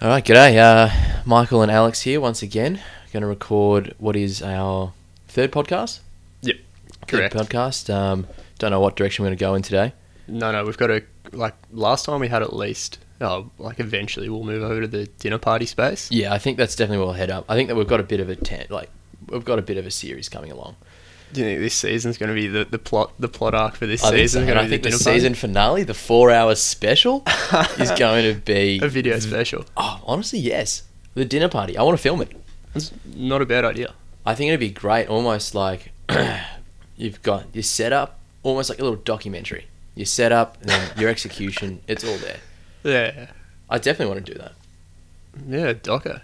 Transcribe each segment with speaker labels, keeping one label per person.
Speaker 1: All right, g'day. Uh, Michael and Alex here once again. Going to record what is our third podcast.
Speaker 2: Yep,
Speaker 1: Third
Speaker 2: correct.
Speaker 1: podcast. Um, don't know what direction we're going to go in today.
Speaker 2: No, no, we've got to like last time we had at least. Oh, like eventually we'll move over to the dinner party space.
Speaker 1: Yeah, I think that's definitely where we'll head up. I think that we've got a bit of a tent, like we've got a bit of a series coming along.
Speaker 2: Do you think this season's going to be the, the plot the plot arc for this
Speaker 1: I think, so.
Speaker 2: season?
Speaker 1: And I
Speaker 2: be
Speaker 1: think the,
Speaker 2: dinner
Speaker 1: season finale, the four-hour special,
Speaker 2: party?
Speaker 1: is going to be.
Speaker 2: a video special.
Speaker 1: Oh, honestly, yes. The dinner party. I want to film it.
Speaker 2: It's not a bad idea.
Speaker 1: I think it'd be great, almost like you've got your setup, almost like a little documentary. Your setup, and then your execution, it's all there.
Speaker 2: Yeah,
Speaker 1: I definitely want to do that.
Speaker 2: yeah, Docker.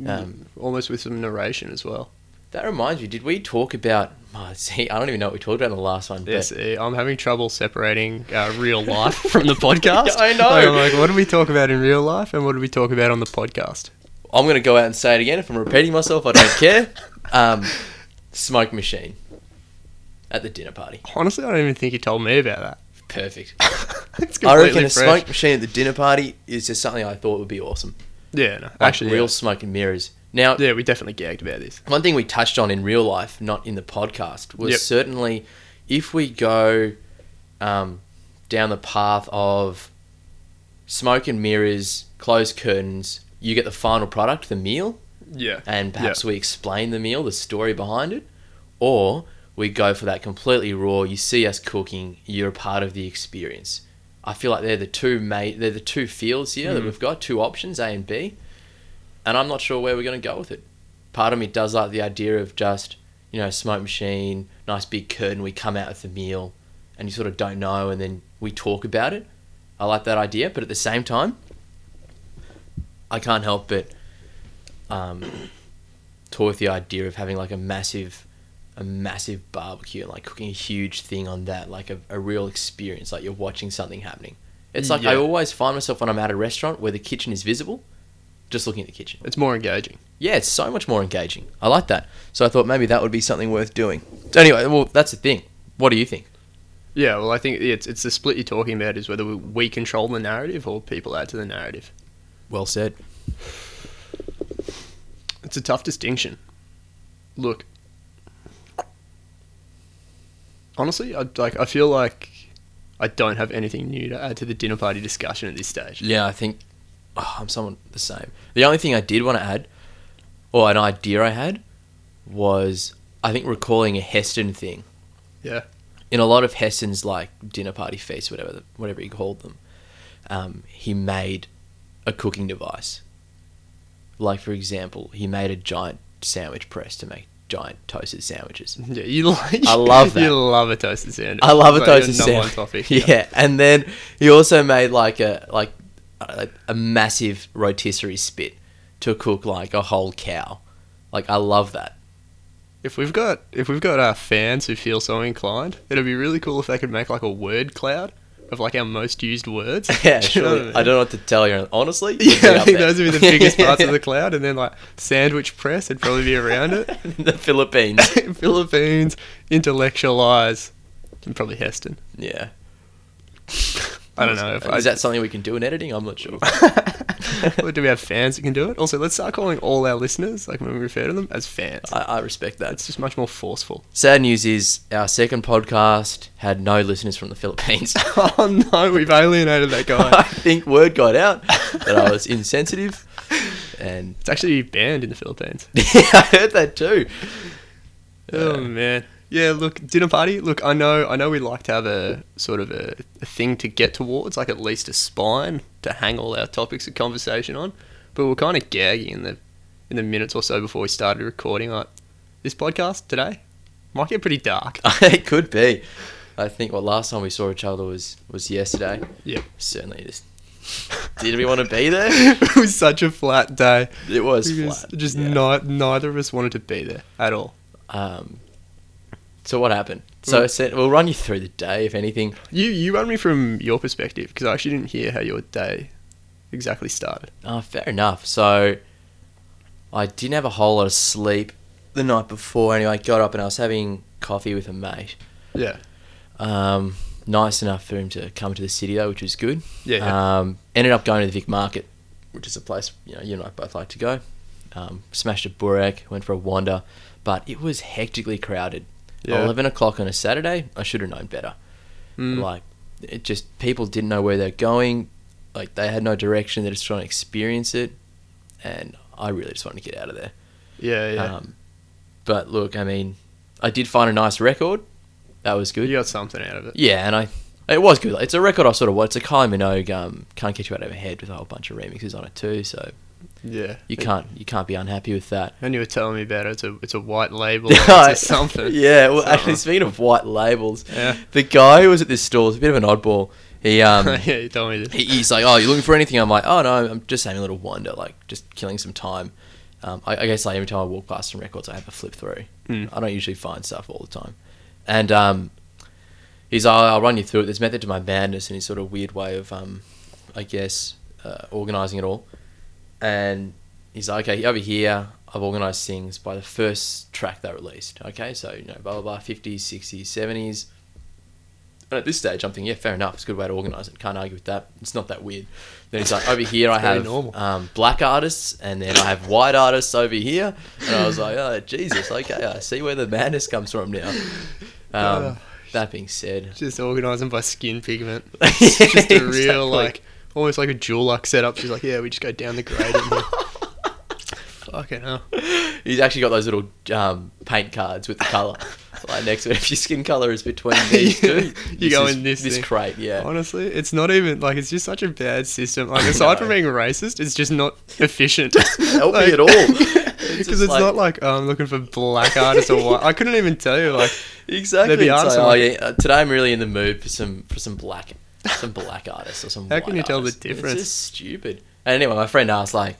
Speaker 2: Mm,
Speaker 1: Um,
Speaker 2: Almost with some narration as well.
Speaker 1: That reminds me, did we talk about? Oh, see, I don't even know what we talked about in the last one. but-
Speaker 2: Yes, eh, I'm having trouble separating uh, real life from the podcast.
Speaker 1: Yeah, I know.
Speaker 2: Like, I'm like, what did we talk about in real life, and what did we talk about on the podcast?
Speaker 1: I'm gonna go out and say it again. If I'm repeating myself, I don't care. Um, smoke machine at the dinner party.
Speaker 2: Honestly, I don't even think you told me about that.
Speaker 1: Perfect.
Speaker 2: it's
Speaker 1: I reckon a
Speaker 2: fresh.
Speaker 1: smoke machine at the dinner party is just something I thought would be awesome.
Speaker 2: Yeah, no,
Speaker 1: Like
Speaker 2: actually,
Speaker 1: real
Speaker 2: real.
Speaker 1: smoke and mirrors. Now,
Speaker 2: Yeah. we definitely gagged about this.
Speaker 1: one thing we touched on in real life, not in the podcast, was
Speaker 2: Yep.
Speaker 1: certainly if we go um, down the path of smoke and mirrors, closed curtains, you get the final product, the meal,
Speaker 2: Yeah,
Speaker 1: and perhaps we explain the meal, the story behind it, or we go for that completely raw. You see us cooking, you're a part of the experience. I feel like they're the two mate, they're the two fields here that
Speaker 2: Mm.
Speaker 1: we've got, two options A and B, and I'm not sure where we're going to go with it. Part of me does like the idea of just you know smoke machine, nice big curtain. We come out with the meal, and you sort of don't know, and then we talk about it. I like that idea, but at the same time, I can't help but um, toy with the idea of having like a massive, a massive barbecue and like cooking a huge thing on that, like a, a real experience, like you're watching something happening. It's like I
Speaker 2: Yeah.
Speaker 1: always find myself when I'm at a restaurant where the kitchen is visible, just looking at the kitchen.
Speaker 2: it's more engaging.
Speaker 1: Yeah, it's so much more engaging. I like that. So I thought maybe that would be something worth doing. So anyway, well, that's the thing. What do you think?
Speaker 2: Yeah, well, I think it's it's the split you're talking about is whether we, we control the narrative or people add to the narrative.
Speaker 1: Well said.
Speaker 2: It's a tough distinction. Look, honestly, I like I feel like I don't have anything new to add to the dinner party discussion at this stage.
Speaker 1: Yeah, I think oh, I'm someone the same. The only thing I did want to add, or an idea I had, was I think recalling a Heston thing.
Speaker 2: Yeah.
Speaker 1: In a lot of Heston's like dinner party feasts, whatever the, whatever he called them, um, he made a cooking device. Like for example, he made a giant sandwich press to make giant toasted sandwiches.
Speaker 2: Yeah, you like
Speaker 1: I love
Speaker 2: you
Speaker 1: that.
Speaker 2: love a toasted sandwich.
Speaker 1: I love a
Speaker 2: It's like your
Speaker 1: toasted
Speaker 2: number one
Speaker 1: sandwich.
Speaker 2: topic.
Speaker 1: Yeah. and then he also made like a like a, a massive rotisserie spit to cook like a whole cow. Like I love that.
Speaker 2: If we've got if we've got our fans who feel so inclined, it'd be really cool if they could make like a word cloud of like our most used words.
Speaker 1: Yeah,
Speaker 2: Do you know
Speaker 1: surely-
Speaker 2: what
Speaker 1: I
Speaker 2: mean?
Speaker 1: don't know what to tell you. Honestly, it'd be
Speaker 2: Yeah, I
Speaker 1: up
Speaker 2: think
Speaker 1: there.
Speaker 2: those would be the biggest parts of the cloud, and then like sandwich press would probably be around it.
Speaker 1: the Philippines.
Speaker 2: Philippines, intellectualize, and probably Heston.
Speaker 1: Yeah,
Speaker 2: I don't know if I.
Speaker 1: is that something we can do in editing? I'm not sure.
Speaker 2: Or do we have fans that can do it? Also, let's start calling all our listeners, like when we refer to them, as fans.
Speaker 1: I, I respect that.
Speaker 2: It's just much more forceful.
Speaker 1: Sad news is our second podcast had no listeners from the Philippines.
Speaker 2: Oh no, we've alienated that
Speaker 1: I
Speaker 2: guy.
Speaker 1: think word got out that I was insensitive, and
Speaker 2: It's actually banned in the Philippines.
Speaker 1: yeah, I heard that too.
Speaker 2: Oh man. Yeah, look, dinner party. Look, I know, I know, we like to have a sort of a, a thing to get towards, like at least a spine to hang all our topics of conversation on. But we're kind of gagging in the in the minutes or so before we started recording. Like this podcast today might get pretty dark.
Speaker 1: it could be. I think what last time we saw each other was was yesterday.
Speaker 2: Yep.
Speaker 1: Certainly just Did we want to be there?
Speaker 2: it was such a flat day.
Speaker 1: It was
Speaker 2: It was
Speaker 1: flat.
Speaker 2: Just
Speaker 1: yeah.
Speaker 2: ni- neither of us wanted to be there at all.
Speaker 1: Um. So what happened? So I said we'll run you through the day if anything.
Speaker 2: You you run me from your perspective because I actually didn't hear how your day exactly started.
Speaker 1: Oh, fair enough. So I didn't have a whole lot of sleep the night before. Anyway, I got up and I was having coffee with a mate.
Speaker 2: Yeah.
Speaker 1: Um, nice enough for him to come to the city though, which was good.
Speaker 2: Yeah.
Speaker 1: Um, ended up going to the Vic Market which is a place you know you and I both like to go. Um, smashed a burek, went for a wander, but it was hectically crowded.
Speaker 2: Yeah.
Speaker 1: Eleven o'clock on a Saturday, I should have known better.
Speaker 2: Mm.
Speaker 1: Like it just people didn't know where they're going, like they had no direction. They're just trying to experience it, and I really just wanted to get out of there.
Speaker 2: yeah, yeah.
Speaker 1: Um, but look, I mean, I did find a nice record. That was good.
Speaker 2: you got something out of it.
Speaker 1: Yeah, and I it was good. Like, It's a record I sort of watched. It's a Kylie Minogue um, "Can't Get You Out of My Head" with a whole bunch of remixes on it too. So
Speaker 2: Yeah,
Speaker 1: you can't you can't be unhappy with that.
Speaker 2: And you were telling me about it. It's a it's a white label. or it's a something.
Speaker 1: yeah. Well,
Speaker 2: Something.
Speaker 1: actually, speaking of white labels,
Speaker 2: Yeah.
Speaker 1: the guy who was at this store was a bit of an oddball. He um.
Speaker 2: yeah, you told me
Speaker 1: he-
Speaker 2: this.
Speaker 1: He's like, oh, you looking for anything? I'm like, oh no, I'm just having a little wander, like just killing some time. Um, I, I guess like every time I walk past some records, I have a flip through.
Speaker 2: Mm.
Speaker 1: I don't usually find stuff all the time. And um, he's like, "Oh, I'll run you through it. There's method to my madness and his sort of weird way of, um, I guess, uh, organizing it all. And he's like, okay, over here, I've organized things by the first track they released. Okay, so, you know, blah, blah, blah, 50s, 60s, 70s. And at this stage, I'm thinking, yeah, fair enough. It's a good way to organize it. Can't argue with that. It's not that weird. Then he's like, over here, I
Speaker 2: Very
Speaker 1: have
Speaker 2: normal.
Speaker 1: um, black artists, and then I have white artists over here. And I was like, oh, Jesus, okay, I see where the madness comes from now. Um,
Speaker 2: Ugh.
Speaker 1: that being said,
Speaker 2: Just organising by skin pigment. It's just a real
Speaker 1: Exactly.
Speaker 2: like almost like a jewel luck setup. She's like, yeah, we just go down the grade. And then- Fucking hell.
Speaker 1: he's actually got those little um, paint cards with the color. like next to it, if your skin color is between these two,
Speaker 2: You
Speaker 1: this
Speaker 2: go
Speaker 1: is-
Speaker 2: in this thing.
Speaker 1: crate. Yeah,
Speaker 2: Honestly, it's not even like it's just such a bad system. Like
Speaker 1: I
Speaker 2: aside from
Speaker 1: know.
Speaker 2: being racist, it's just not efficient.
Speaker 1: help me
Speaker 2: Like-
Speaker 1: at all. It's
Speaker 2: Because
Speaker 1: just
Speaker 2: it's
Speaker 1: like-
Speaker 2: not like oh, I'm looking for black artists or what. I couldn't even tell you like
Speaker 1: exactly.
Speaker 2: They'd be
Speaker 1: It's like,
Speaker 2: awesome.
Speaker 1: oh, yeah, uh, today I'm really in the mood for some for some black some black artists or some.
Speaker 2: How can
Speaker 1: white
Speaker 2: you tell the
Speaker 1: artists.
Speaker 2: difference?
Speaker 1: It's just stupid. And anyway, my friend asked like.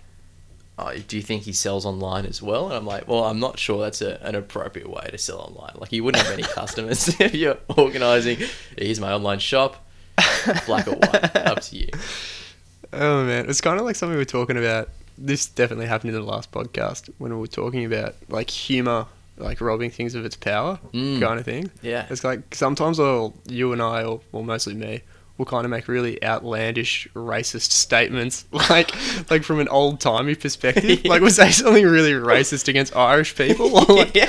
Speaker 1: Oh, do you think he sells online as well? And I'm like, well, I'm not sure that's a, an appropriate way to sell online. Like, you wouldn't have any customers if you're organizing. Here's my online shop, black or white, up to you.
Speaker 2: Oh man, it's kind of like something we were talking about. This definitely happened in the last podcast when we were talking about like humor, like robbing things of its power,
Speaker 1: Mm.
Speaker 2: kind of thing.
Speaker 1: Yeah.
Speaker 2: It's like sometimes I'll, you and I, or well, mostly me, will kind of make really outlandish racist statements, like like from an old timey perspective. Like we'll say something really racist against Irish people or like
Speaker 1: Yeah.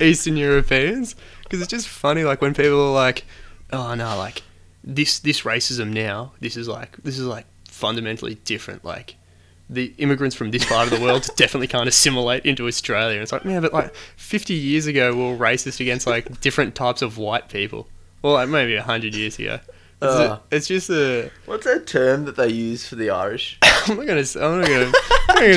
Speaker 2: Eastern Europeans, because it's just funny. Like when people are like, "Oh no, like this this racism now. This is like this is like fundamentally different. Like the immigrants from this part of the world definitely can't assimilate into Australia. And it's like, man, but like 50 years ago, we were racist against like different types of white people. Well, like maybe 100 years ago. It's, a-
Speaker 1: Ugh.
Speaker 2: it's just a.
Speaker 1: What's that term that they use for the Irish?
Speaker 2: I'm not gonna. s- I'm not gonna. I'm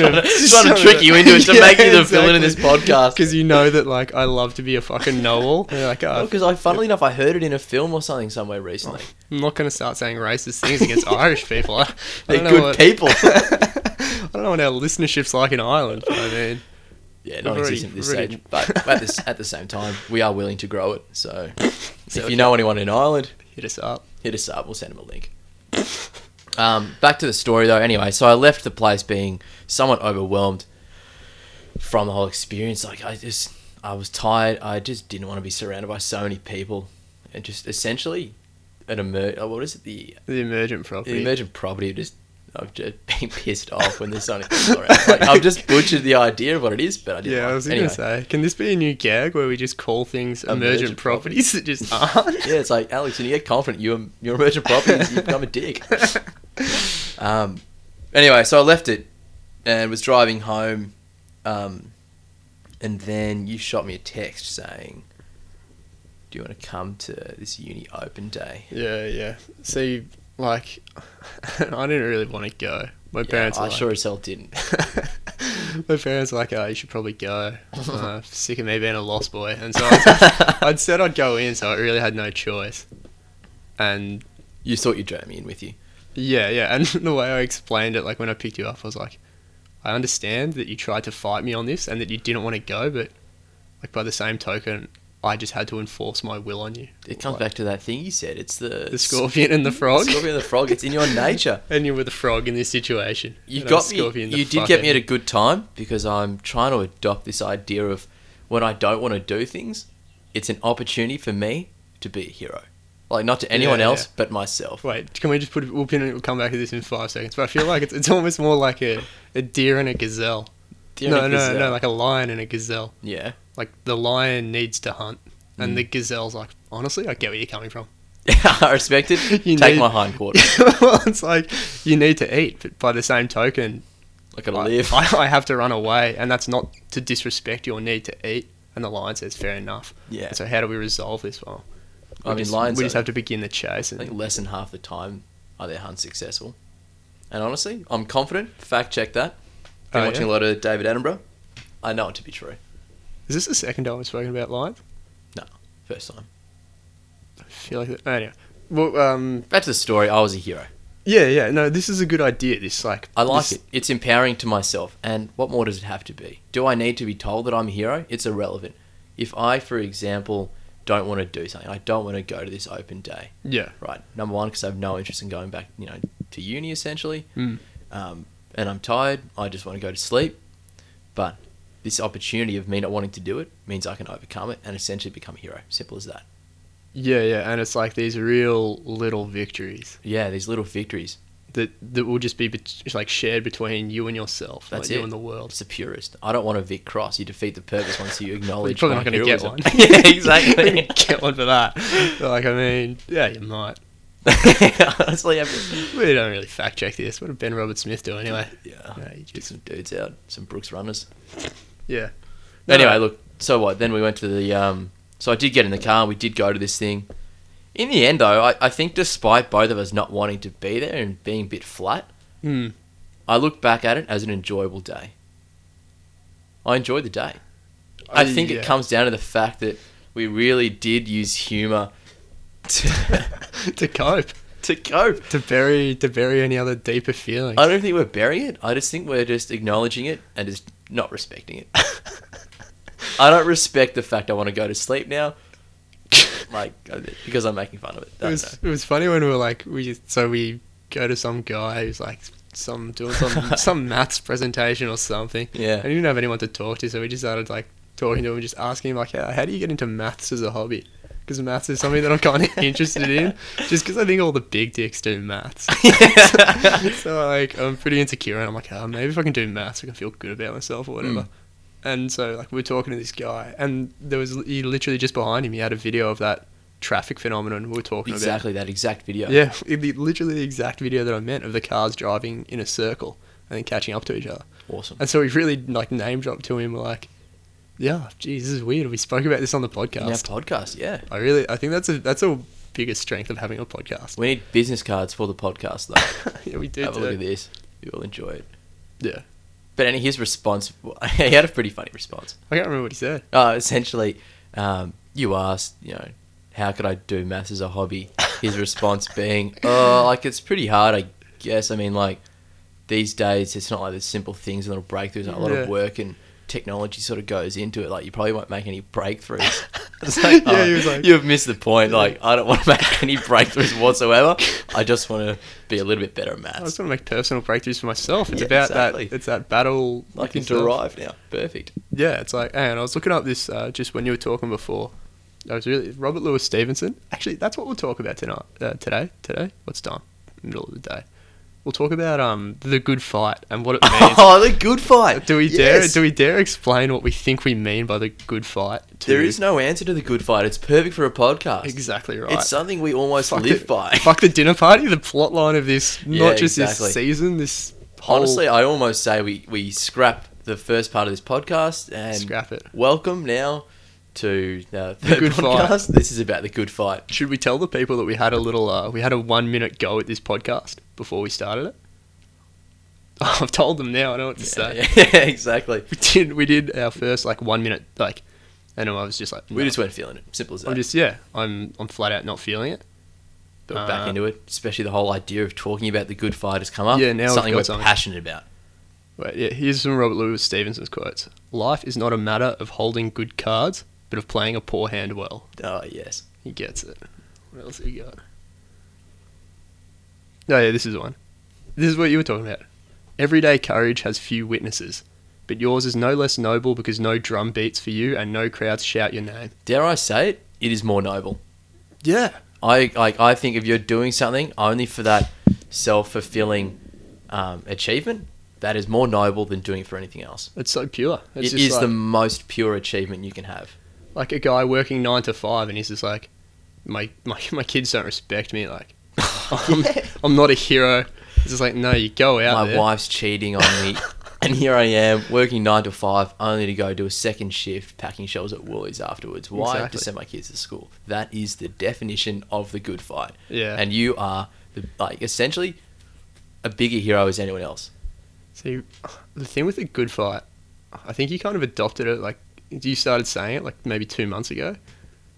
Speaker 2: not gonna
Speaker 1: Just trying to trick you into it to make you the villain in this podcast.
Speaker 2: because you know that like I love to be a fucking know-all. And you're like, oh,
Speaker 1: Because I, funnily enough, I heard it in a film or something somewhere recently.
Speaker 2: I'm not gonna start saying racist things against Irish people. I, I
Speaker 1: They're
Speaker 2: don't know
Speaker 1: good
Speaker 2: what-
Speaker 1: people.
Speaker 2: I don't know what our listenership's like in Ireland. but I mean,
Speaker 1: yeah,
Speaker 2: We've
Speaker 1: not existent at
Speaker 2: already-
Speaker 1: this
Speaker 2: we've already-
Speaker 1: stage. But at, this, at the same time, we are willing to grow it. So,
Speaker 2: So
Speaker 1: if you know anyone in Ireland,
Speaker 2: hit us up.
Speaker 1: hit us up. We'll send them a link. Um, back to the story though. Anyway, so I left the place being somewhat overwhelmed from the whole experience. Like I just, I was tired. I just didn't want to be surrounded by so many people, and just essentially an emer- oh, What is it? The,
Speaker 2: The emergent
Speaker 1: the
Speaker 2: property.
Speaker 1: emergent property of just. I've just been pissed off when there's so many people around. Like, I've just butchered the idea of what it is, but I didn't.
Speaker 2: yeah,
Speaker 1: like
Speaker 2: I was
Speaker 1: it. Anyway.
Speaker 2: gonna say, can this be a new gag where we just call things emergent,
Speaker 1: Emergent
Speaker 2: properties that just aren't?
Speaker 1: Yeah, it's like Alex, when you get confident, you your emergent properties, you become a dick. Um, anyway, so I left it and was driving home, um, and then you shot me a text saying, "Do you want to come to this uni open day?"
Speaker 2: yeah, yeah. See, like, I didn't really want to go. My parents.
Speaker 1: Yeah,
Speaker 2: were
Speaker 1: I
Speaker 2: like,
Speaker 1: sure as hell didn't.
Speaker 2: My parents were like, oh, you should probably go. Uh, sick of me being a lost boy. And so I was- I'd said I'd go in, so I really had no choice. And
Speaker 1: You thought you'd drag me in with you.
Speaker 2: yeah, yeah. And the way I explained it, like when I picked you up, I was like, I understand that you tried to fight me on this and that you didn't want to go, but like by the same token, I just had to enforce my will on you.
Speaker 1: It comes back to that thing you said. It's the
Speaker 2: The scorpion and the frog.
Speaker 1: Scorpion and the frog. It's in your nature.
Speaker 2: and you were the frog in this situation.
Speaker 1: You
Speaker 2: And I was
Speaker 1: got me.
Speaker 2: scorpion the
Speaker 1: You did
Speaker 2: fuck
Speaker 1: get me at
Speaker 2: out of
Speaker 1: a good time because I'm trying to adopt this idea of when I don't want to do things, it's an opportunity for me to be a hero. Like not to anyone
Speaker 2: Yeah,
Speaker 1: else
Speaker 2: yeah.
Speaker 1: but myself.
Speaker 2: Wait, can we just put? We'll pin it. We'll come back to this in five seconds. But I feel like it's, it's almost more like a, a deer and a gazelle.
Speaker 1: Deer
Speaker 2: no,
Speaker 1: and a
Speaker 2: no,
Speaker 1: gazelle.
Speaker 2: no, like a lion and a gazelle.
Speaker 1: yeah.
Speaker 2: Like the lion needs to hunt, and
Speaker 1: Mm.
Speaker 2: the gazelle's like, honestly, I get where you're coming from.
Speaker 1: I respect it.
Speaker 2: You
Speaker 1: Take
Speaker 2: need-
Speaker 1: my hindquarter.
Speaker 2: well, it's like you need to eat, but by the same token,
Speaker 1: Like a
Speaker 2: I,
Speaker 1: live.
Speaker 2: I, I have to run away, and that's not to disrespect your need to eat. And the lion says, fair enough.
Speaker 1: Yeah.
Speaker 2: So how do we resolve this? Well,
Speaker 1: I
Speaker 2: we
Speaker 1: mean,
Speaker 2: just,
Speaker 1: lions.
Speaker 2: We
Speaker 1: are-
Speaker 2: just have to begin the chase.
Speaker 1: I
Speaker 2: And,
Speaker 1: think less than half the time are their hunts successful. And honestly, I'm confident. Fact check that. Been
Speaker 2: Oh,
Speaker 1: watching
Speaker 2: yeah?
Speaker 1: a lot of David Attenborough. I know it to be true.
Speaker 2: is this the second time we've spoken about lions?
Speaker 1: First time.
Speaker 2: I feel like that. Anyway, well, um,
Speaker 1: Back to the story. I was a hero.
Speaker 2: yeah, yeah. No, this is a good idea. This like,
Speaker 1: I like
Speaker 2: this-
Speaker 1: it. It's empowering to myself. And what more does it have to be? Do I need to be told that I'm a hero? It's irrelevant. If I, for example, don't want to do something, I don't want to go to this open day.
Speaker 2: Yeah,
Speaker 1: right? Number one, because I have no interest in going back, you know, to uni essentially.
Speaker 2: Mm.
Speaker 1: Um, and I'm tired. I just want to go to sleep. But this opportunity of me not wanting to do it means I can overcome it and essentially become a hero. Simple as that.
Speaker 2: yeah, yeah. And it's like these real little victories
Speaker 1: Yeah, these little victories.
Speaker 2: that that will just be bet- like shared between you and yourself,
Speaker 1: That's
Speaker 2: like
Speaker 1: it.
Speaker 2: you and the world.
Speaker 1: It's the purest. I don't want a Vic Cross. You defeat the purpose once you
Speaker 2: We're
Speaker 1: acknowledge.
Speaker 2: probably
Speaker 1: my
Speaker 2: not going to get
Speaker 1: heroism.
Speaker 2: one.
Speaker 1: yeah, exactly.
Speaker 2: get one for that. Like, I mean, yeah, you might.
Speaker 1: Honestly, I-
Speaker 2: We don't really fact check this. What did Ben Robert Smith do anyway?
Speaker 1: yeah.
Speaker 2: No, you
Speaker 1: Get
Speaker 2: just,
Speaker 1: some dudes out, some Brooks runners.
Speaker 2: yeah.
Speaker 1: Anyway, look. So what? Then we went to the. Um, so I did get in the car. We did go to this thing. In the end, though, I, I think despite both of us not wanting to be there and being a bit flat,
Speaker 2: Hmm.
Speaker 1: I look back at it as an enjoyable day. I enjoyed the day. I think
Speaker 2: yeah.
Speaker 1: it comes down to the fact that we really did use humour to,
Speaker 2: to cope,
Speaker 1: to cope.
Speaker 2: to bury, to bury any other deeper feelings.
Speaker 1: I don't think we're burying it. I just think we're just acknowledging it and just not respecting it. I don't respect the fact I want to go to sleep now, like because I'm making fun of it. I
Speaker 2: It
Speaker 1: don't
Speaker 2: was, it was funny when we were like we just, so we go to some guy who's like some doing some some maths presentation or something.
Speaker 1: Yeah.
Speaker 2: And he didn't have anyone to talk to, so we just started like talking to him, just asking him like, how, how do you get into maths as a hobby? Because maths is something that I'm kind of interested in, just because I think all the big dicks do maths.
Speaker 1: Yeah.
Speaker 2: so like I'm pretty insecure, and I'm like, oh, maybe if I can do maths, I can feel good about myself or whatever.
Speaker 1: Mm.
Speaker 2: And so like we were talking to this guy, and there was he literally just behind him, he had a video of that traffic phenomenon we were talking about.
Speaker 1: Exactly that exact video.
Speaker 2: Yeah, it'd be literally the exact video that I meant of the cars driving in a circle and then catching up to each other.
Speaker 1: Awesome.
Speaker 2: And so we really like name dropped to him. We're like, "Yeah, geez, this is weird. We spoke about this on the
Speaker 1: In our
Speaker 2: podcast.
Speaker 1: podcast, yeah.
Speaker 2: I really, I think that's a that's a biggest strength of having a podcast.
Speaker 1: We need business cards for the podcast though.
Speaker 2: yeah, we uh, do.
Speaker 1: Have a look
Speaker 2: too.
Speaker 1: at this. You'll enjoy it.
Speaker 2: Yeah,
Speaker 1: But any his response, he had a pretty funny response.
Speaker 2: I can't remember what he said.
Speaker 1: Uh, essentially, um, you asked, you know, how could I do maths as a hobby? His response being, "Oh, like it's pretty hard, I guess. I mean, like these days, it's not like there's simple things and little breakthroughs. and A lot
Speaker 2: Yeah.
Speaker 1: of work and technology sort of goes into it. Like you probably won't make any breakthroughs." It's like,
Speaker 2: Yeah,
Speaker 1: oh,
Speaker 2: he was like-
Speaker 1: you've missed the point. Like, I don't want to make any breakthroughs whatsoever. I just want to be a little bit better at
Speaker 2: I
Speaker 1: maths.
Speaker 2: just want to make personal breakthroughs for myself. It's
Speaker 1: Yeah,
Speaker 2: about
Speaker 1: exactly.
Speaker 2: that. It's that battle.
Speaker 1: I
Speaker 2: with
Speaker 1: can
Speaker 2: yourself.
Speaker 1: derive now. Perfect.
Speaker 2: Yeah, it's like, and I was looking up this uh, just when you were talking before. I was really Robert Louis Stevenson. Actually, that's what we'll talk about tonight. Uh, today, today, what's done? Middle of the day. We'll talk about um the good fight and what it means.
Speaker 1: Oh, the good fight.
Speaker 2: do we dare?
Speaker 1: Yes.
Speaker 2: Do we dare explain what we think we mean by the good fight? To
Speaker 1: There is no answer to the good fight. It's perfect for a podcast.
Speaker 2: exactly right.
Speaker 1: It's something we almost
Speaker 2: Fuck
Speaker 1: live
Speaker 2: the,
Speaker 1: by.
Speaker 2: Fuck the dinner party. The plot line of this,
Speaker 1: Yeah,
Speaker 2: not just
Speaker 1: exactly.
Speaker 2: this season. This whole
Speaker 1: Honestly, I almost say we, we scrap the first part of this podcast and
Speaker 2: scrap it.
Speaker 1: welcome now to uh, the
Speaker 2: good
Speaker 1: good
Speaker 2: fight.
Speaker 1: podcast. This is about the good fight.
Speaker 2: Should we tell the people that we had a little, uh, we had a one minute go at this podcast before we started it? I've told them now. I know what to say.
Speaker 1: Yeah, yeah, exactly.
Speaker 2: We did, we did our first like one minute like, and I was just like,
Speaker 1: We
Speaker 2: no.
Speaker 1: just weren't feeling it. Simple as that.
Speaker 2: I'm just yeah, I'm I'm flat out not feeling it.
Speaker 1: but we're back
Speaker 2: uh,
Speaker 1: into it. Especially the whole idea of talking about the good fight has come up.
Speaker 2: Yeah, now we've
Speaker 1: something
Speaker 2: got
Speaker 1: we're
Speaker 2: something.
Speaker 1: passionate about.
Speaker 2: Wait, yeah, here's some Robert Louis Stevenson's quotes. Life is not a matter of holding good cards, but of playing a poor hand well.
Speaker 1: Oh yes.
Speaker 2: He gets it. What else have you got? Oh, yeah, this is one. This is what you were talking about. Everyday courage has few witnesses, but yours is no less noble because no drum beats for you and no crowds shout your name.
Speaker 1: Dare I say it? It is more noble.
Speaker 2: Yeah.
Speaker 1: I like I think if you're doing something only for that self fulfilling um, achievement, that is more noble than doing it for anything else.
Speaker 2: It's so pure. It's
Speaker 1: It's
Speaker 2: just like,
Speaker 1: the most pure achievement you can have.
Speaker 2: like a guy working nine to five, and he's just like, my my, my kids don't respect me. Like, I'm, I'm not a hero. It's just like, no, you go
Speaker 1: My
Speaker 2: out. there.
Speaker 1: wife's cheating on me, and here I am working nine to five, only to go do a second shift packing shelves at Woolies afterwards. Why to
Speaker 2: Exactly.
Speaker 1: send my kids to school? That is the definition of the good fight.
Speaker 2: Yeah.
Speaker 1: and you are the, like essentially a bigger hero as anyone else.
Speaker 2: See, the thing with a good fight, I think you kind of adopted it. Like, you started saying it like maybe two months ago.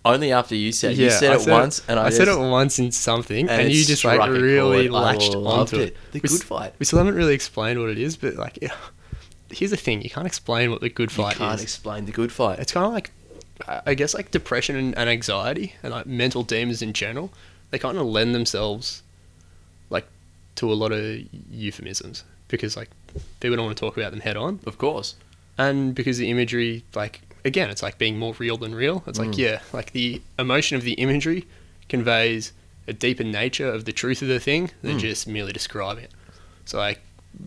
Speaker 1: Only after you said it. you said
Speaker 2: I
Speaker 1: it once, and I,
Speaker 2: said
Speaker 1: just-
Speaker 2: it once in something, and,
Speaker 1: Oh, and it
Speaker 2: you just like
Speaker 1: struck a chord.
Speaker 2: really
Speaker 1: I
Speaker 2: latched
Speaker 1: loved
Speaker 2: onto it.
Speaker 1: it. The
Speaker 2: We s-
Speaker 1: good fight.
Speaker 2: We still haven't really explained what it is, but like, yeah. here's the thing: you can't explain what the good fight
Speaker 1: you can't
Speaker 2: is.
Speaker 1: explain the good fight.
Speaker 2: it's kind of like, I I guess, like depression and, and anxiety, and like mental demons in general. They kind of lend themselves, like, to a lot of euphemisms because like people don't want to talk about them head on
Speaker 1: Of course.
Speaker 2: and because the imagery like again it's like being more real than real it's like yeah like the emotion of the imagery conveys a deeper nature of the truth of the thing than just merely describe it so like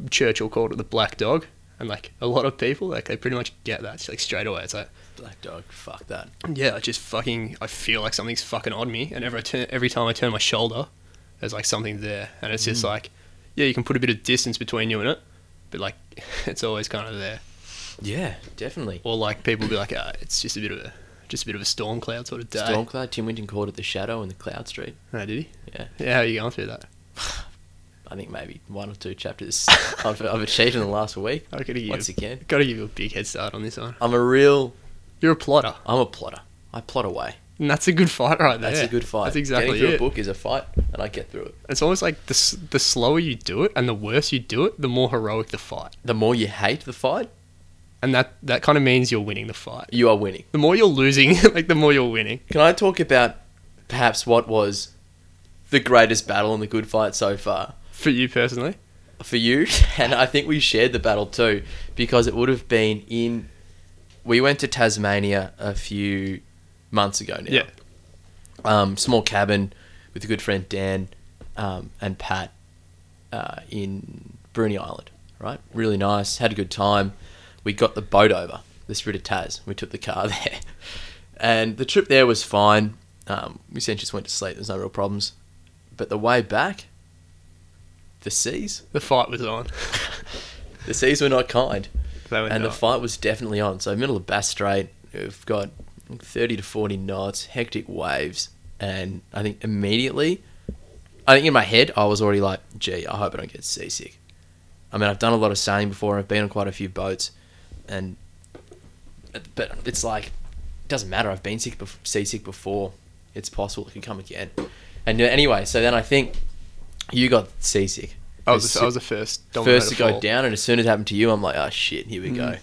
Speaker 2: churchill called it the black dog and like a lot of people like they pretty much get that like straight away it's like
Speaker 1: Black dog, fuck that.
Speaker 2: yeah i just fucking i feel like something's fucking on me and every, turn, every time i turn my shoulder there's like something there and it's just like yeah you can put a bit of distance between you and it but like it's always kind of there
Speaker 1: Yeah, definitely.
Speaker 2: or like people be like, ah, it's just a bit of a just a bit of a storm cloud sort of day.
Speaker 1: Storm Stormcloud, Tim Winton called it the shadow in the Cloud Street.
Speaker 2: No, did he?
Speaker 1: Yeah.
Speaker 2: Yeah, how are you going through that?
Speaker 1: I think maybe one or two chapters I've, I've achieved in the last week.
Speaker 2: I gotta give
Speaker 1: Once
Speaker 2: you,
Speaker 1: again,
Speaker 2: gotta give you a big head start on this one.
Speaker 1: I'm a real,
Speaker 2: You're a plotter,
Speaker 1: I'm a plotter. I plot away.
Speaker 2: and that's a good fight right there.
Speaker 1: That's a good fight.
Speaker 2: That's
Speaker 1: Getting
Speaker 2: exactly
Speaker 1: through
Speaker 2: it.
Speaker 1: a book is a fight, and I get through it.
Speaker 2: It's almost like the s- the slower you do it and the worse you do it, the more heroic the fight,
Speaker 1: The more you hate the fight,
Speaker 2: and that that kind of means you're winning the fight.
Speaker 1: you are winning.
Speaker 2: The more you're losing, like the more you're winning.
Speaker 1: Can I talk about perhaps what was the greatest battle in the good fight so far?
Speaker 2: For you personally,
Speaker 1: for you, and I think we shared the battle too, because it would have been in. We went to Tasmania a few months ago now.
Speaker 2: yeah,
Speaker 1: Um, small cabin with a good friend Dan um, and Pat uh, in Bruni Island, right? Really nice, had a good time. We got the boat over, the Spirit of Taz. We took the car there. And the trip there was fine. Um, we essentially just went to sleep, there's no real problems. But the way back, the seas,
Speaker 2: the fight was on.
Speaker 1: the seas were not kind,
Speaker 2: They were
Speaker 1: and the
Speaker 2: not.
Speaker 1: fight was definitely on. So middle of Bass Strait, we've got thirty to forty knots, hectic waves, and I think immediately, I think in my head I was already like, "Gee, I hope I don't get seasick." I mean, I've done a lot of sailing before. I've been on quite a few boats, and but it's like it doesn't matter. I've been sick, bef- seasick before. It's possible it can come again. And uh, anyway, so then I think you got seasick.
Speaker 2: I was the, I was the first domino
Speaker 1: first to go
Speaker 2: fall.
Speaker 1: down, and as soon as it happened to you, I'm like, oh shit, here we go.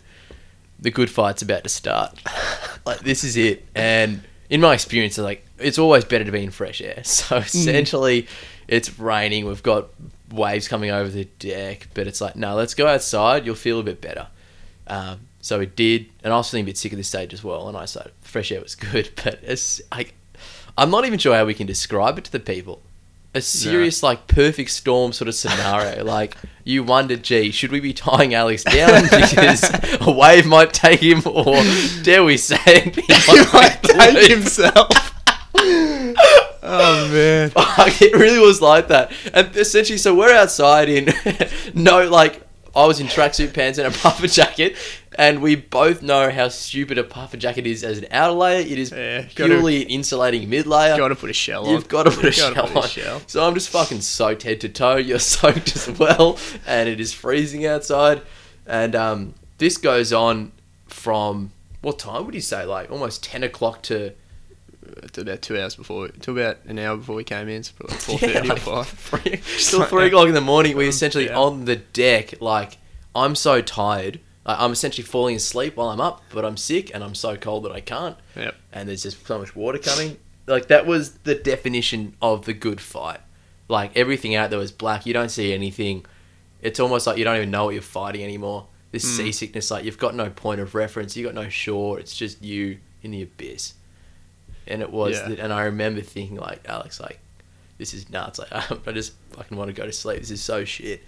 Speaker 1: The good fight's about to start. like this is it. And in my experience, it's like it's always better to be in fresh air. So essentially, it's raining. We've got waves coming over the deck, but it's like, no, let's go outside. You'll feel a bit better. Um, so we did, and I was feeling a bit sick at this stage as well. And I said, fresh air was good, but it's like, I'm not even sure how we can describe it to the people. A serious, like, perfect storm sort of scenario. like, you wonder, gee, should we be tying Alex down because a wave might take him, or dare we say, it,
Speaker 2: He might
Speaker 1: might take
Speaker 2: take
Speaker 1: the lead?
Speaker 2: himself. oh man.
Speaker 1: Fuck, it really was like that. And essentially, so we're outside in no, like, I was in tracksuit pants and a puffer jacket, and we both know how stupid a puffer jacket is as an outer layer. It is
Speaker 2: Yeah, gotta-
Speaker 1: purely an insulating mid layer.
Speaker 2: Got to put a shell on.
Speaker 1: You've got to put a
Speaker 2: Gotta
Speaker 1: shell on. So I'm just fucking soaked head to toe. You're soaked as well, and it is freezing outside. And um, this goes on from what time would you say? Like almost ten o'clock to
Speaker 2: It's Uh, about two hours before, to about an hour before we came in, so probably four
Speaker 1: Yeah,
Speaker 2: thirty or
Speaker 1: like,
Speaker 2: five. um,
Speaker 1: three, till three o'clock in the morning. We're essentially
Speaker 2: yeah.
Speaker 1: on the deck. Like I'm so tired. Like, I'm essentially falling asleep while I'm up, but I'm sick and I'm so cold that I can't.
Speaker 2: Yep.
Speaker 1: and there's just so much water coming. Like that was the definition of the good fight. Like everything out there was black. You don't see anything. It's almost like you don't even know what you're fighting anymore. This
Speaker 2: Hmm.
Speaker 1: seasickness, like you've got no point of reference. You have got no shore. It's just you in the abyss. and it was
Speaker 2: Yeah.
Speaker 1: that, and I remember thinking like Alex like this is nuts like I just fucking want to go to sleep this is so shit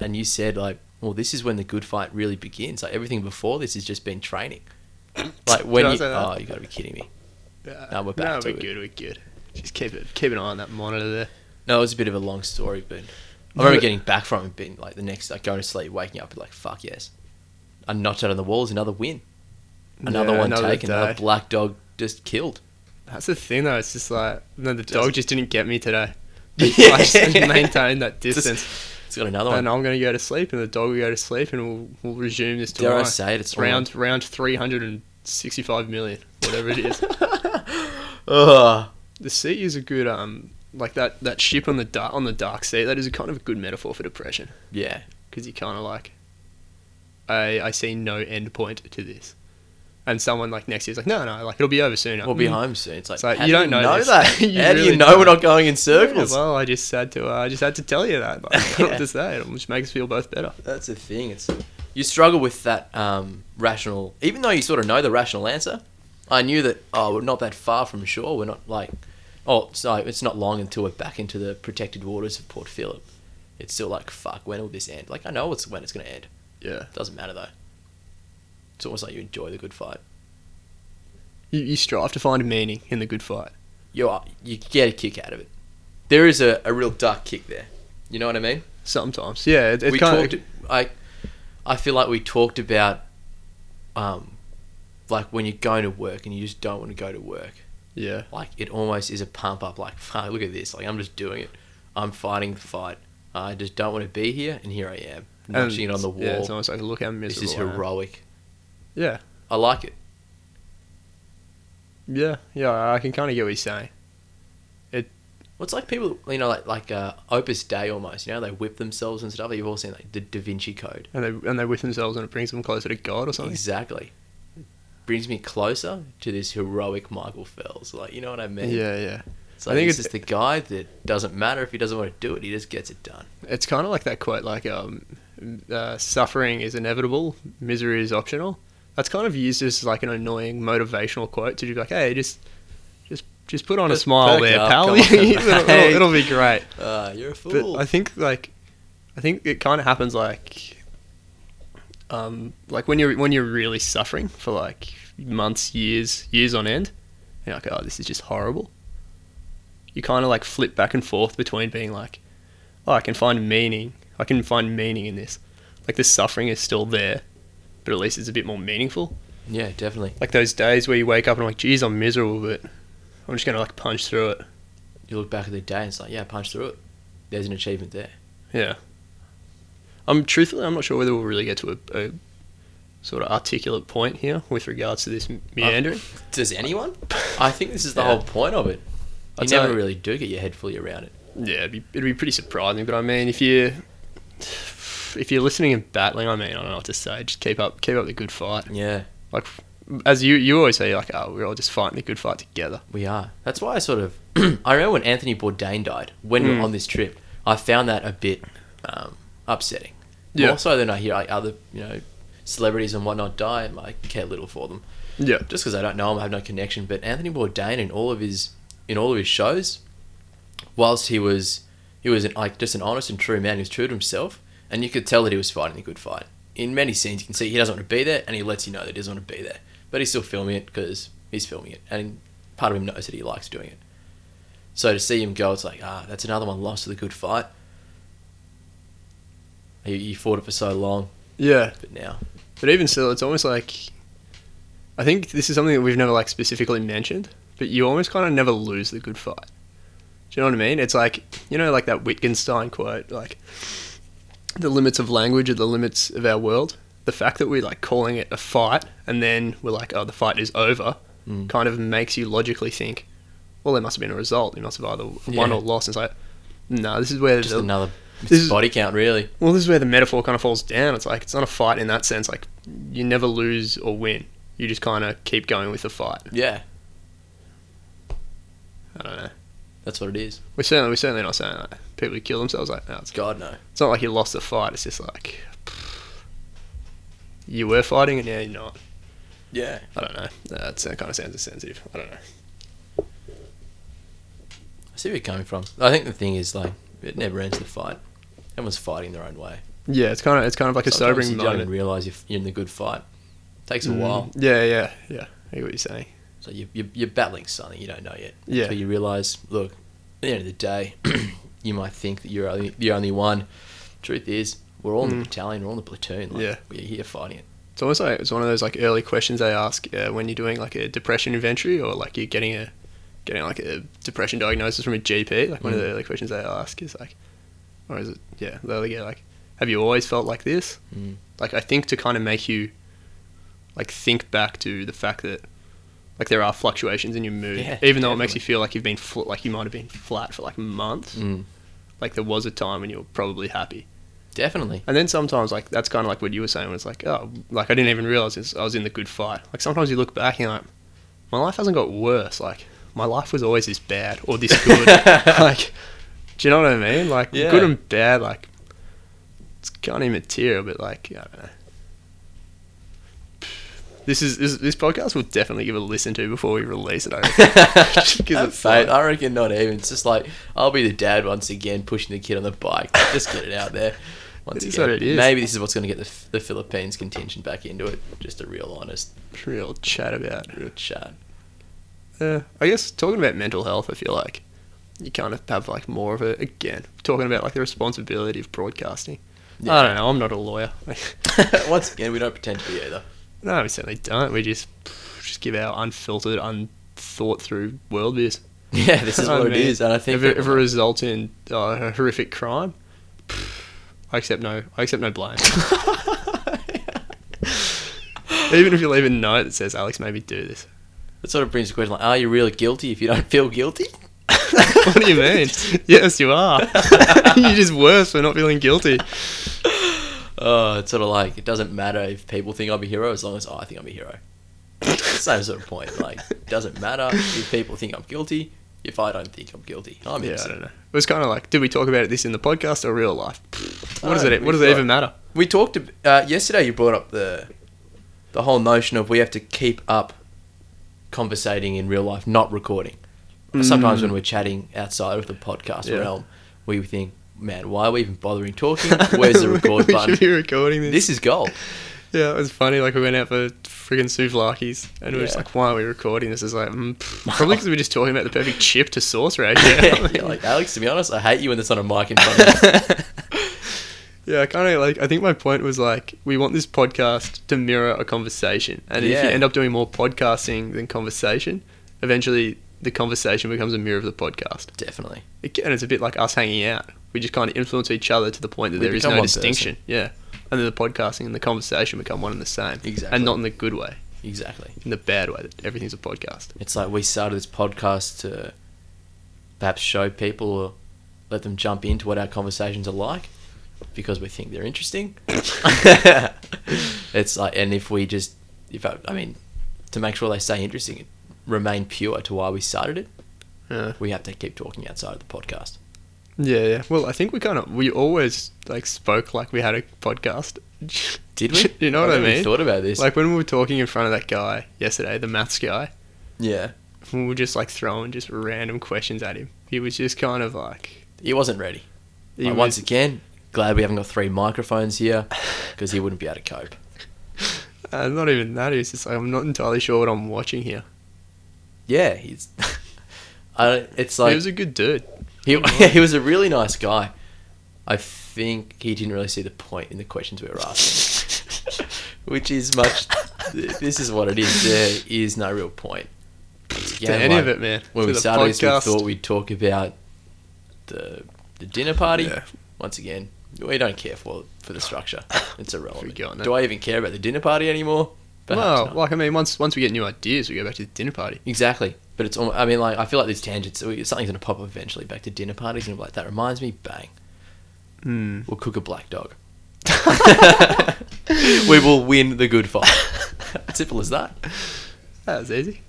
Speaker 1: and you said like well this is when the good fight really begins like everything before this has just been training like when
Speaker 2: I
Speaker 1: you
Speaker 2: say that?
Speaker 1: oh you gotta be kidding me
Speaker 2: Yeah.
Speaker 1: No, we're back
Speaker 2: No,
Speaker 1: to
Speaker 2: we're
Speaker 1: it.
Speaker 2: good. We're good. Just keep it, keep an eye on that monitor there.
Speaker 1: no it was a bit of a long story but I
Speaker 2: But-
Speaker 1: remember getting back from it and being like the next I go to sleep waking up like fuck yes I knocked out on the walls another win another
Speaker 2: Yeah,
Speaker 1: one
Speaker 2: another
Speaker 1: taken another
Speaker 2: day.
Speaker 1: black dog just killed
Speaker 2: That's the thing, though. It's just like no, the
Speaker 1: Just-
Speaker 2: dog just didn't get me today. I just maintain that
Speaker 1: Just-
Speaker 2: distance,
Speaker 1: it's got another one
Speaker 2: and I'm going to go to sleep, and the dog will go to sleep, and we'll, we'll resume this
Speaker 1: Dare
Speaker 2: tomorrow.
Speaker 1: I say it? It's
Speaker 2: round round three hundred and sixty-five million, whatever it is.
Speaker 1: Ugh.
Speaker 2: the sea is a good um, like that that ship on the dark on the dark sea. That is a kind of a good metaphor for depression
Speaker 1: Yeah.
Speaker 2: because you kind of like, I I see no end point to this, and someone like next year's like, no, no, like it'll be over soon.
Speaker 1: We'll be
Speaker 2: Mm.
Speaker 1: home soon. It's like,
Speaker 2: It's like,
Speaker 1: how
Speaker 2: you
Speaker 1: do
Speaker 2: don't know this.
Speaker 1: that.
Speaker 2: You
Speaker 1: how do
Speaker 2: really
Speaker 1: you know we're
Speaker 2: don't.
Speaker 1: not going in
Speaker 2: Yeah,
Speaker 1: circles?
Speaker 2: well, I just had to. Uh, I just had to tell you that. Like,
Speaker 1: Yeah.
Speaker 2: what to say? It just makes us feel both better.
Speaker 1: That's the thing. It's you struggle with that um, rational, even though you sort of know the rational answer. I knew that. Oh, we're not that far from shore. We're not like, oh, so it's not long until we're back into the protected waters of Port Phillip. It's still like, fuck. When will this end? Like, I know it's when it's gonna end.
Speaker 2: Yeah.
Speaker 1: Doesn't matter though. It's almost like you enjoy the good fight.
Speaker 2: You, you strive to find meaning in the good fight.
Speaker 1: You are, you get a kick out of it. There is a, a real dark kick there. You know what I mean?
Speaker 2: Sometimes. Yeah. It, it
Speaker 1: we
Speaker 2: kind
Speaker 1: talked.
Speaker 2: of.
Speaker 1: I, I feel like we talked about, um, like when you're going to work and you just don't want to go to work.
Speaker 2: Yeah.
Speaker 1: Like it almost is a pump up. Like fuck, look at this. Like I'm just doing it. I'm fighting the fight. I just don't want to be here, and here I am,
Speaker 2: And
Speaker 1: notching it on the wall.
Speaker 2: Yeah, it's almost like look how
Speaker 1: this
Speaker 2: miserable.
Speaker 1: is
Speaker 2: I am.
Speaker 1: heroic.
Speaker 2: Yeah.
Speaker 1: I like it.
Speaker 2: Yeah. Yeah. I can kind of get what you're saying.
Speaker 1: Well, it's like people, you know, like like uh, Opus Day almost. You know, they whip themselves and stuff. You've all seen like the Da Vinci Code.
Speaker 2: And they and they with themselves and it brings them closer to God or something.
Speaker 1: Exactly. Brings me closer to this heroic Michael Phelps. Like, you know what I mean?
Speaker 2: Yeah. Yeah.
Speaker 1: So I
Speaker 2: I think
Speaker 1: think
Speaker 2: it's-
Speaker 1: it's the guy that doesn't matter if he doesn't want to do it, he just gets it done.
Speaker 2: It's kind of like that quote, like um, uh, suffering is inevitable, misery is optional. That's kind of used as like an annoying motivational quote to be like, hey, just, just, just put on
Speaker 1: Just
Speaker 2: a smile
Speaker 1: perk
Speaker 2: there,
Speaker 1: up,
Speaker 2: pal.
Speaker 1: come on.
Speaker 2: it'll, it'll- it'll be great.
Speaker 1: Uh, you're a
Speaker 2: But I think like, I think it kind of happens like, um, like when you're when you're really suffering for like months, years, years on end, and you're like, oh, this is just horrible. You kind of like flip back and forth between being like, oh, I can find meaning. I can find meaning in this. Like the suffering is still there, but at least it's a bit more meaningful.
Speaker 1: yeah, definitely.
Speaker 2: Like those days where you wake up and like, geez, I'm miserable, but I'm just gonna like punch through it.
Speaker 1: You look back at the day and it's like, yeah, punch through it. There's an achievement there.
Speaker 2: Yeah. I'm Um, truthfully, I'm not sure whether we'll really get to a, a sort of articulate point here with regards to this meandering.
Speaker 1: Does anyone? I think this is the
Speaker 2: Yeah.
Speaker 1: whole point of it. You
Speaker 2: I'd
Speaker 1: never
Speaker 2: say-
Speaker 1: really do get your head fully around it.
Speaker 2: yeah, it'd be, it'd be pretty surprising. But I mean, if you if you're listening and battling, I mean, I don't know what to say. Just keep up, keep up the good fight.
Speaker 1: Yeah,
Speaker 2: Like as you you always say, like oh, we're all just fighting the good fight together.
Speaker 1: we are. That's why I sort of. I remember when Anthony Bourdain died, when we
Speaker 2: Mm.
Speaker 1: were on this trip, I found that a bit um, upsetting.
Speaker 2: Yeah.
Speaker 1: More so than I hear like other, you know, celebrities and whatnot die, and I care little for them.
Speaker 2: Yeah,
Speaker 1: Just because I don't know him, I have no connection. But Anthony Bourdain in all of his in all of his shows, whilst he was he was an, like just an honest and true man, he was true to himself, and you could tell that he was fighting a good fight. In many scenes, you can see he doesn't want to be there, and he lets you know that he doesn't want to be there, but he's still filming it because he's filming it, and part of him knows that he likes doing it. So to see him go, it's like ah, that's another one lost to the good fight. You, you fought it for so long,
Speaker 2: yeah.
Speaker 1: but now,
Speaker 2: But even still, it's almost like I think this is something that we've never like specifically mentioned, but you almost kind of never lose the good fight. Do you know what I mean? It's like you know, like that Wittgenstein quote, like the limits of language are the limits of our world. The fact that we're like calling it a fight and then we're like, oh, the fight is over,
Speaker 1: Mm.
Speaker 2: kind of makes you logically think, well, there must have been a result. You must have either won
Speaker 1: Yeah.
Speaker 2: or lost. It's like, no, this is where
Speaker 1: just
Speaker 2: the-
Speaker 1: another
Speaker 2: this is-
Speaker 1: body count, really.
Speaker 2: well, this is where the metaphor kind of falls down. It's like it's not a fight in that sense. Like you never lose or win. You just kind of keep going with the fight.
Speaker 1: Yeah,
Speaker 2: I don't know.
Speaker 1: that's what it is.
Speaker 2: We're certainly we're certainly not saying like people who kill themselves. Like no, it's,
Speaker 1: God no.
Speaker 2: it's not like you lost the fight. It's just like you were fighting and now you're not.
Speaker 1: Yeah.
Speaker 2: Uh, I don't know. That kind of sounds insensitive. I don't know.
Speaker 1: I see where you're coming from. I think the thing is like it never ends the fight. Everyone's fighting their own way.
Speaker 2: Yeah, it's kind of it's kind of like a
Speaker 1: Sometimes
Speaker 2: sobering
Speaker 1: you don't even
Speaker 2: moment.
Speaker 1: realize you're f- you're in the good fight. takes a
Speaker 2: Mm,
Speaker 1: while.
Speaker 2: Yeah, yeah, yeah. I hear what you're saying.
Speaker 1: So you, you you're battling something you don't know yet.
Speaker 2: Yeah.
Speaker 1: Until you realize, look, at the end of the day, you might think that you're only, the only one. Truth is, we're all in the
Speaker 2: Mm.
Speaker 1: battalion, we're all in the platoon. Like,
Speaker 2: Yeah.
Speaker 1: We're here fighting it.
Speaker 2: It's almost like it's one of those like early questions they ask uh, when you're doing like a depression inventory or like you're getting a getting like a depression diagnosis from a GP. Like one of
Speaker 1: Mm.
Speaker 2: the early questions they ask is like, or is it yeah? They'll get like, have you always felt like this?
Speaker 1: Mm.
Speaker 2: Like I think to kind of make you like think back to the fact that like there are fluctuations in your mood,
Speaker 1: Yeah,
Speaker 2: even though it makes
Speaker 1: definitely.
Speaker 2: you feel like you've been fl- like you might have been flat for like months.
Speaker 1: Mm.
Speaker 2: Like there was a time when you were probably happy.
Speaker 1: Definitely.
Speaker 2: And then sometimes, like, that's kind of like what you were saying, when it's like, oh, like, I didn't even realize this, I was in the good fight. Like, sometimes you look back and you're like, my life hasn't got worse. Like, my life was always this bad or this good. like, do you know what I mean? Like,
Speaker 1: Yeah.
Speaker 2: good and bad, like, it's kind of immaterial, but, like, I don't know. This is this, this podcast we'll definitely give a listen to before we release it. I reckon. Because
Speaker 1: Have
Speaker 2: it's
Speaker 1: faith.
Speaker 2: like-
Speaker 1: I reckon not even. It's just like I'll be the dad once again, pushing the kid on the bike. Just get it out there. Once
Speaker 2: It is
Speaker 1: again,
Speaker 2: what it is.
Speaker 1: maybe this is what's going to get the, F- the Philippines contingent back into it. Just a real honest,
Speaker 2: real chat about
Speaker 1: real chat.
Speaker 2: Yeah, Uh, I guess talking about mental health, I feel like you kind of have like more of it again. Talking about like the responsibility of broadcasting. I don't know. I'm not a lawyer.
Speaker 1: once again, we don't pretend to be either.
Speaker 2: no, we certainly don't. We just just give our unfiltered, unthought through worldviews.
Speaker 1: Yeah, this is
Speaker 2: I
Speaker 1: what it
Speaker 2: mean,
Speaker 1: is, and I think
Speaker 2: if it,
Speaker 1: that-
Speaker 2: if it results in uh, a horrific crime, I accept no. I accept no blame. even if you leave a note that says Alex made me do this.
Speaker 1: That sort of brings the question like, are you really guilty if you don't feel guilty?
Speaker 2: what do you mean? yes, you are. You're just worse for not feeling guilty.
Speaker 1: Oh, it's sort of like it doesn't matter if people think I'm a hero as long as I think I'm a hero. Same sort of point. Like, it doesn't matter if people think I'm guilty if I don't think I'm guilty. I'm
Speaker 2: Yeah, I
Speaker 1: innocent.
Speaker 2: don't know. It was kind of like, did we talk about this in the podcast or real life? What does
Speaker 1: Oh,
Speaker 2: it? What does
Speaker 1: we
Speaker 2: it
Speaker 1: thought-
Speaker 2: even matter?
Speaker 1: We talked ab- uh, yesterday. You brought up the the whole notion of we have to keep up conversating in real life, not recording. Sometimes when we're chatting outside of the podcast
Speaker 2: Yeah.
Speaker 1: realm, we think, "Man, why are we even bothering talking? Where's the record
Speaker 2: we
Speaker 1: button?"
Speaker 2: should be recording this.
Speaker 1: This is gold.
Speaker 2: Yeah, it was funny. Like we went out for friggin' souvlaki's, and we were just
Speaker 1: Yeah.
Speaker 2: like, why are we recording this? It's like mm, pff, probably because we're just talking about the perfect chip to sauce ratio.
Speaker 1: yeah, like Alex, to be honest, I hate you when there's not a mic in front of me.
Speaker 2: yeah, I kind of like. I think my point was like, we want this podcast to mirror a conversation, and if
Speaker 1: Yeah.
Speaker 2: you end up doing more podcasting than conversation, eventually the conversation becomes a mirror of the podcast.
Speaker 1: Definitely.
Speaker 2: It- and it's a bit like us hanging out. We just kind of influence each other to the point that
Speaker 1: We
Speaker 2: there is
Speaker 1: become
Speaker 2: no
Speaker 1: one
Speaker 2: distinction. Yeah. And then the podcasting and the conversation become one and the same.
Speaker 1: Exactly.
Speaker 2: And not in the good way,
Speaker 1: Exactly.
Speaker 2: in the bad way that everything's a podcast.
Speaker 1: It's like we started this podcast to perhaps show people or let them jump into what our conversations are like because we think they're interesting. it's like, and if we just, if I, I mean, to make sure they stay interesting and remain pure to why we started it,
Speaker 2: Yeah.
Speaker 1: we have to keep talking outside of the podcast.
Speaker 2: Yeah, yeah. Well, I think we kind of, we always like spoke like we had a podcast.
Speaker 1: Did we?
Speaker 2: you know what I
Speaker 1: haven't even
Speaker 2: mean?
Speaker 1: Thought about this?
Speaker 2: Like when we were talking in front of that guy yesterday, the maths guy,
Speaker 1: yeah,
Speaker 2: we were just like throwing just random questions at him. He was just kind of like,
Speaker 1: he wasn't ready.
Speaker 2: he
Speaker 1: Like,
Speaker 2: was-
Speaker 1: Once again, glad we haven't got three microphones here because he wouldn't be able to cope.
Speaker 2: uh, not even that. He was just like, I'm not entirely sure what I'm watching here.
Speaker 1: Yeah, he's. I don't, it's like
Speaker 2: he was a good dude.
Speaker 1: He, he was a really nice guy. I think he didn't really see the point in the questions we were asking, which is much. th- This is what it is. There is no real point. Once
Speaker 2: to
Speaker 1: again,
Speaker 2: any of
Speaker 1: like,
Speaker 2: it, man.
Speaker 1: When
Speaker 2: to
Speaker 1: we
Speaker 2: the
Speaker 1: started this, we
Speaker 2: podcast.
Speaker 1: thought we'd talk about the the dinner party.
Speaker 2: Yeah.
Speaker 1: Once again, we don't care for for the structure. It's irrelevant.
Speaker 2: Forgotten it.
Speaker 1: Do I even care about the dinner party anymore? Perhaps
Speaker 2: well,
Speaker 1: not.
Speaker 2: like I mean, once once we get new ideas, we go back to the dinner party.
Speaker 1: Exactly. But it's, almo- I mean, like, I feel like these tangents, we- something's going to pop up eventually back to dinner parties, and it'll be like, that reminds me, bang,
Speaker 2: Hmm.
Speaker 1: we'll cook a black dog. we will win the good fight. Simple as that.
Speaker 2: That was easy.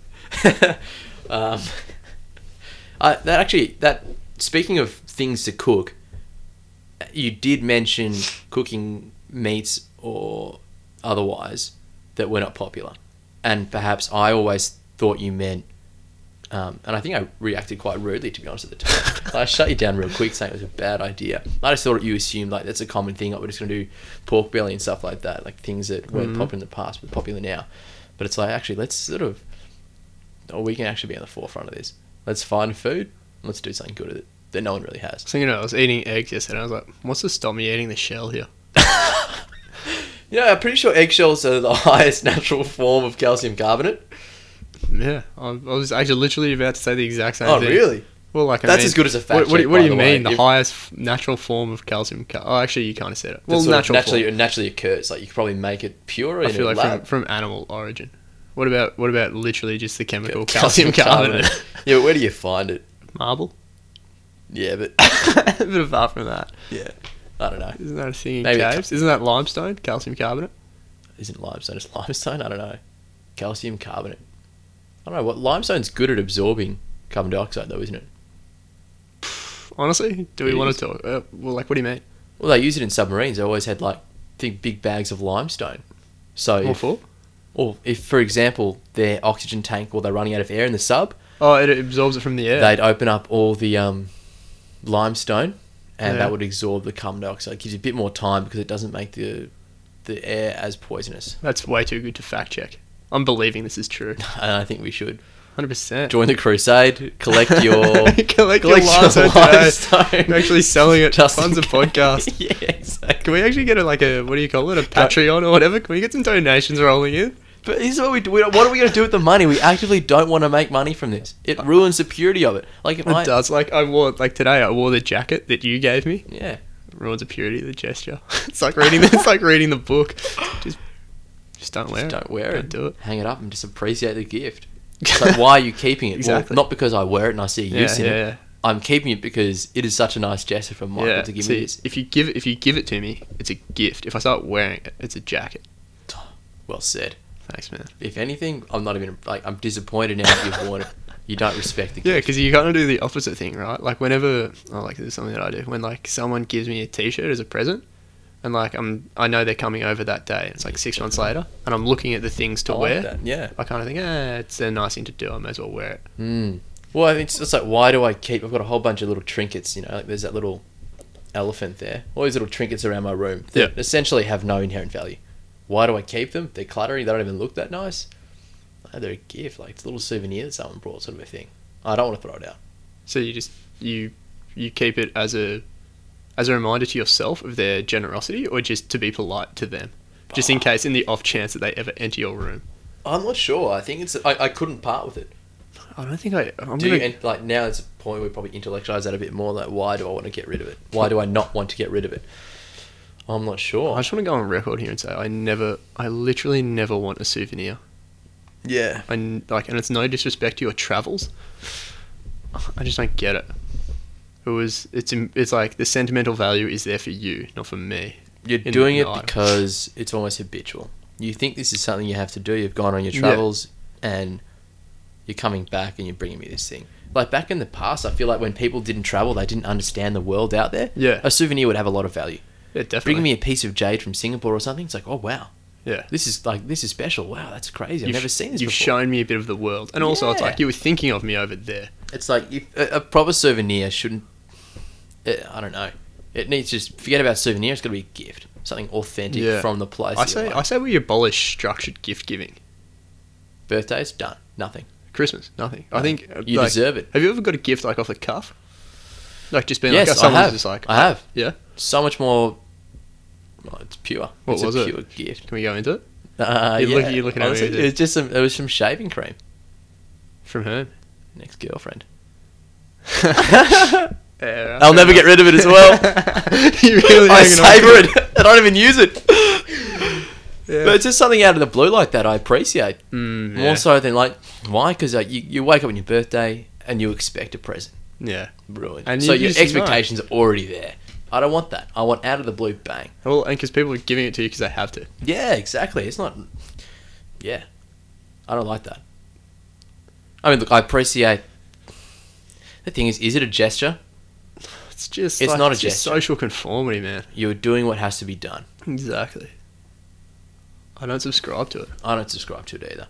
Speaker 1: um, I, that actually, that, speaking of things to cook, you did mention cooking meats or otherwise that were not popular. And perhaps I always thought you meant Um, and I think I reacted quite rudely, to be honest, at the time. I shut you down real quick, saying it was a bad idea. I just thought you assumed like that's a common thing. Like we're just going to do pork belly and stuff like that, like things that weren't
Speaker 2: Mhm.
Speaker 1: popular in the past but popular now. But it's like actually, let's sort of, or we can actually be on the forefront of this. Let's find food. and Let's do something good with it that no one really has.
Speaker 2: So, you know, I was eating eggs yesterday. and I was like, what's the stomach eating the shell here?
Speaker 1: You know, I'm pretty sure eggshells are the highest natural form of calcium carbonate.
Speaker 2: Yeah, I I was actually literally about to say the exact same
Speaker 1: Oh,
Speaker 2: thing.
Speaker 1: really?
Speaker 2: Well, like I
Speaker 1: That's
Speaker 2: mean-
Speaker 1: as good as a fact
Speaker 2: What, what, do you-
Speaker 1: check,
Speaker 2: what
Speaker 1: by
Speaker 2: do you
Speaker 1: the way.
Speaker 2: mean? The
Speaker 1: If-
Speaker 2: highest f- natural form of calcium. Cal- oh, actually, you kind of said it.
Speaker 1: That
Speaker 2: Well,
Speaker 1: sort of
Speaker 2: natural.
Speaker 1: naturally,
Speaker 2: form.
Speaker 1: it naturally occurs. Like you could probably make it purer
Speaker 2: I
Speaker 1: in a
Speaker 2: feel like
Speaker 1: lab.
Speaker 2: from, from animal origin. What about what about literally just the chemical
Speaker 1: Yeah,
Speaker 2: calcium, carbonate?
Speaker 1: yeah, but where do you find it?
Speaker 2: Marble.
Speaker 1: Yeah, but
Speaker 2: but apart from that,
Speaker 1: yeah, I don't know.
Speaker 2: isn't that a thing in
Speaker 1: Maybe the
Speaker 2: caves? Isn't that limestone, calcium carbonate?
Speaker 1: Isn't limestone? It's limestone. I don't know. Calcium carbonate. I don't know what limestone's good at absorbing carbon dioxide though, isn't it?
Speaker 2: Honestly, do we
Speaker 1: It
Speaker 2: want
Speaker 1: is.
Speaker 2: to talk? Uh, well, like, what do you mean?
Speaker 1: Well, they use it in submarines. They always had like big, big bags of limestone. So,
Speaker 2: What
Speaker 1: if,
Speaker 2: for?
Speaker 1: or if, for example, their oxygen tank or they're running out of air in the sub,
Speaker 2: Oh, it absorbs it from the air.
Speaker 1: they'd open up all the um, limestone, and
Speaker 2: Yeah.
Speaker 1: that would absorb the carbon dioxide. It gives you a bit more time because it doesn't make the the air as poisonous.
Speaker 2: That's way too good to fact check. I'm believing this is true.
Speaker 1: And I think we should
Speaker 2: Hundred percent.
Speaker 1: join the crusade, collect your
Speaker 2: collect, your
Speaker 1: collect your
Speaker 2: limestone today.
Speaker 1: limestone.
Speaker 2: We're actually selling it.
Speaker 1: Just in
Speaker 2: funds a
Speaker 1: case.
Speaker 2: podcast.
Speaker 1: yeah, exactly.
Speaker 2: Can we actually get a, like a what do you call it a Patreon or whatever? Can we get some donations rolling in?
Speaker 1: But this is what we do. We don't- What are we going to do with the money? We actively don't want to make money from this. It ruins the purity of it. Like if
Speaker 2: It
Speaker 1: I
Speaker 2: does. Like I wore like today. I wore the jacket that you gave me.
Speaker 1: yeah.
Speaker 2: Ruins the purity of the gesture. it's like reading. it's like reading the book. Just, just don't wear
Speaker 1: Just
Speaker 2: it.
Speaker 1: don't wear
Speaker 2: Don't
Speaker 1: it.
Speaker 2: do it.
Speaker 1: Hang it up and just appreciate the gift. It's like, why are you keeping it?
Speaker 2: Exactly.
Speaker 1: Well, not because I wear it and I see a
Speaker 2: Yeah,
Speaker 1: use in it.
Speaker 2: yeah,
Speaker 1: I'm keeping it because it is such a nice gesture from
Speaker 2: yeah.
Speaker 1: Michael
Speaker 2: yeah.
Speaker 1: to give
Speaker 2: See,
Speaker 1: me this.
Speaker 2: if you give if you give it to me, it's a gift. If I start wearing it, it's a jacket.
Speaker 1: Well said.
Speaker 2: Thanks, man.
Speaker 1: If anything, I'm not even like I'm disappointed now that you've worn it. You don't respect the
Speaker 2: Yeah,
Speaker 1: gift.
Speaker 2: because you kind of do the opposite thing, right? Like whenever, oh, like this is something that I do. When like someone gives me a T-shirt as a present, and like I'm, I know they're coming over that day. And it's like six months later, and I'm looking at the things to
Speaker 1: I like
Speaker 2: wear.
Speaker 1: that, Yeah.
Speaker 2: I kind of think, eh, it's a nice thing to do. I may as well wear it.
Speaker 1: Mm. Well, I mean, it's just like, why do I keep? I've got a whole bunch of little trinkets, you know. Like, there's that little elephant there. All these little trinkets around my room that
Speaker 2: Yeah.
Speaker 1: essentially have no inherent value. Why do I keep them? They're cluttery. They don't even look that nice. No, they're a gift. Like, it's a little souvenir that someone brought, sort of a thing. I don't want to throw it out.
Speaker 2: So you just you you keep it as a as a reminder to yourself of their generosity, or just to be polite to them, just in case in the off chance that they ever enter your room.
Speaker 1: Ah, I'm not sure. I think it's. I, I couldn't part with it.
Speaker 2: I don't think I. I'm
Speaker 1: do
Speaker 2: gonna,
Speaker 1: you, and like now it's a point where we probably intellectualize that a bit more. Like, why do I want to get rid of it? Why do I not want to get rid of it? I'm not
Speaker 2: I
Speaker 1: sure.
Speaker 2: just want to go on record here and say I never, I literally never want a souvenir.
Speaker 1: Yeah.
Speaker 2: and like and it's no disrespect to your travels i just don't get it it was it's im- it's like the sentimental value is there for you not for me
Speaker 1: You're
Speaker 2: in
Speaker 1: doing it
Speaker 2: the night.
Speaker 1: because it's almost habitual. You think this is something you have to do. You've gone on your
Speaker 2: Yeah.
Speaker 1: travels and you're coming back and you're bringing me this thing. Like back in the past, I feel like when people didn't travel, they didn't understand the world out there.
Speaker 2: Yeah.
Speaker 1: A souvenir would have a lot of value.
Speaker 2: yeah definitely
Speaker 1: Bringing me a piece of jade from Singapore or something, it's like, oh wow,
Speaker 2: yeah
Speaker 1: this is like this is special. Wow, that's crazy. I've never seen this
Speaker 2: you've
Speaker 1: before.
Speaker 2: shown me a bit of the world and also it's
Speaker 1: Yeah.
Speaker 2: like you were thinking of me over there
Speaker 1: it's like if a, a proper souvenir shouldn't. It, I don't know. It needs to just forget about souvenir. It's got to be a gift, something authentic
Speaker 2: Yeah.
Speaker 1: from the place.
Speaker 2: i
Speaker 1: that you
Speaker 2: say
Speaker 1: like.
Speaker 2: i say we abolish structured gift giving
Speaker 1: birthdays done. Nothing.
Speaker 2: christmas nothing i think uh,
Speaker 1: You
Speaker 2: like,
Speaker 1: deserve it.
Speaker 2: have you ever got a gift like off the cuff like just been
Speaker 1: yes,
Speaker 2: like oh,
Speaker 1: I
Speaker 2: someone's
Speaker 1: have.
Speaker 2: just like
Speaker 1: I have.
Speaker 2: yeah
Speaker 1: So much more. well, it's pure.
Speaker 2: What
Speaker 1: it's
Speaker 2: was
Speaker 1: a
Speaker 2: it?
Speaker 1: pure gift.
Speaker 2: can we go into it
Speaker 1: Uh,
Speaker 2: You're
Speaker 1: yeah.
Speaker 2: looking- you're looking at me
Speaker 1: Honestly,
Speaker 2: with
Speaker 1: it
Speaker 2: it.
Speaker 1: was just some. It was some shaving cream.
Speaker 2: from her
Speaker 1: Next girlfriend. I'll
Speaker 2: i'll
Speaker 1: never get rid of it as well.
Speaker 2: you really
Speaker 1: I
Speaker 2: hanging on
Speaker 1: savor
Speaker 2: to
Speaker 1: it. I don't even use it.
Speaker 2: Yeah.
Speaker 1: But it's just something out of the blue like that. I appreciate
Speaker 2: Mm, yeah.
Speaker 1: more so than like why because like, you you wake up on your birthday and you expect a present.
Speaker 2: Yeah.
Speaker 1: Ruined.
Speaker 2: And
Speaker 1: so
Speaker 2: you
Speaker 1: your
Speaker 2: just know.
Speaker 1: expectations are already there. I don't want that. I want out of the blue bang.
Speaker 2: Well, and because people are giving it to you because they have to.
Speaker 1: Yeah, exactly. It's not. Yeah, I don't like that. I mean, look, I appreciate. The thing is, is it a gesture?
Speaker 2: It's just.
Speaker 1: It's
Speaker 2: like,
Speaker 1: not a
Speaker 2: just
Speaker 1: gesture.
Speaker 2: social conformity, man.
Speaker 1: You're doing what has to be done.
Speaker 2: Exactly. I don't subscribe to it.
Speaker 1: I don't subscribe to it either. And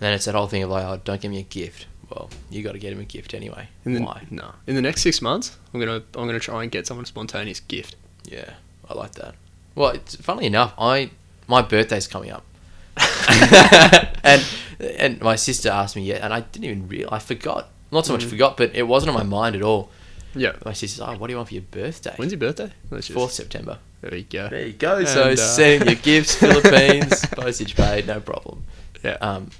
Speaker 1: then it's that whole thing of like, oh, don't give me a gift. Well, well, you got to get him a gift anyway.
Speaker 2: In the,
Speaker 1: Why?
Speaker 2: No. In the next six months, I'm gonna I'm gonna try and get someone a spontaneous gift.
Speaker 1: Yeah, I like that. Well, it's, funnily enough, I my birthday's coming up, and and my sister asked me, yeah, and I didn't even real, I forgot. Not so much forgot, but it wasn't on my mind at all.
Speaker 2: Mm. Yeah.
Speaker 1: My sister's, oh, what do you want for your birthday?
Speaker 2: When's your birthday? Let's just-
Speaker 1: Fourth September.
Speaker 2: There you go.
Speaker 1: There you go. so
Speaker 2: And, uh,
Speaker 1: send your gifts, Philippines, postage paid, no problem.
Speaker 2: Yeah.
Speaker 1: Um,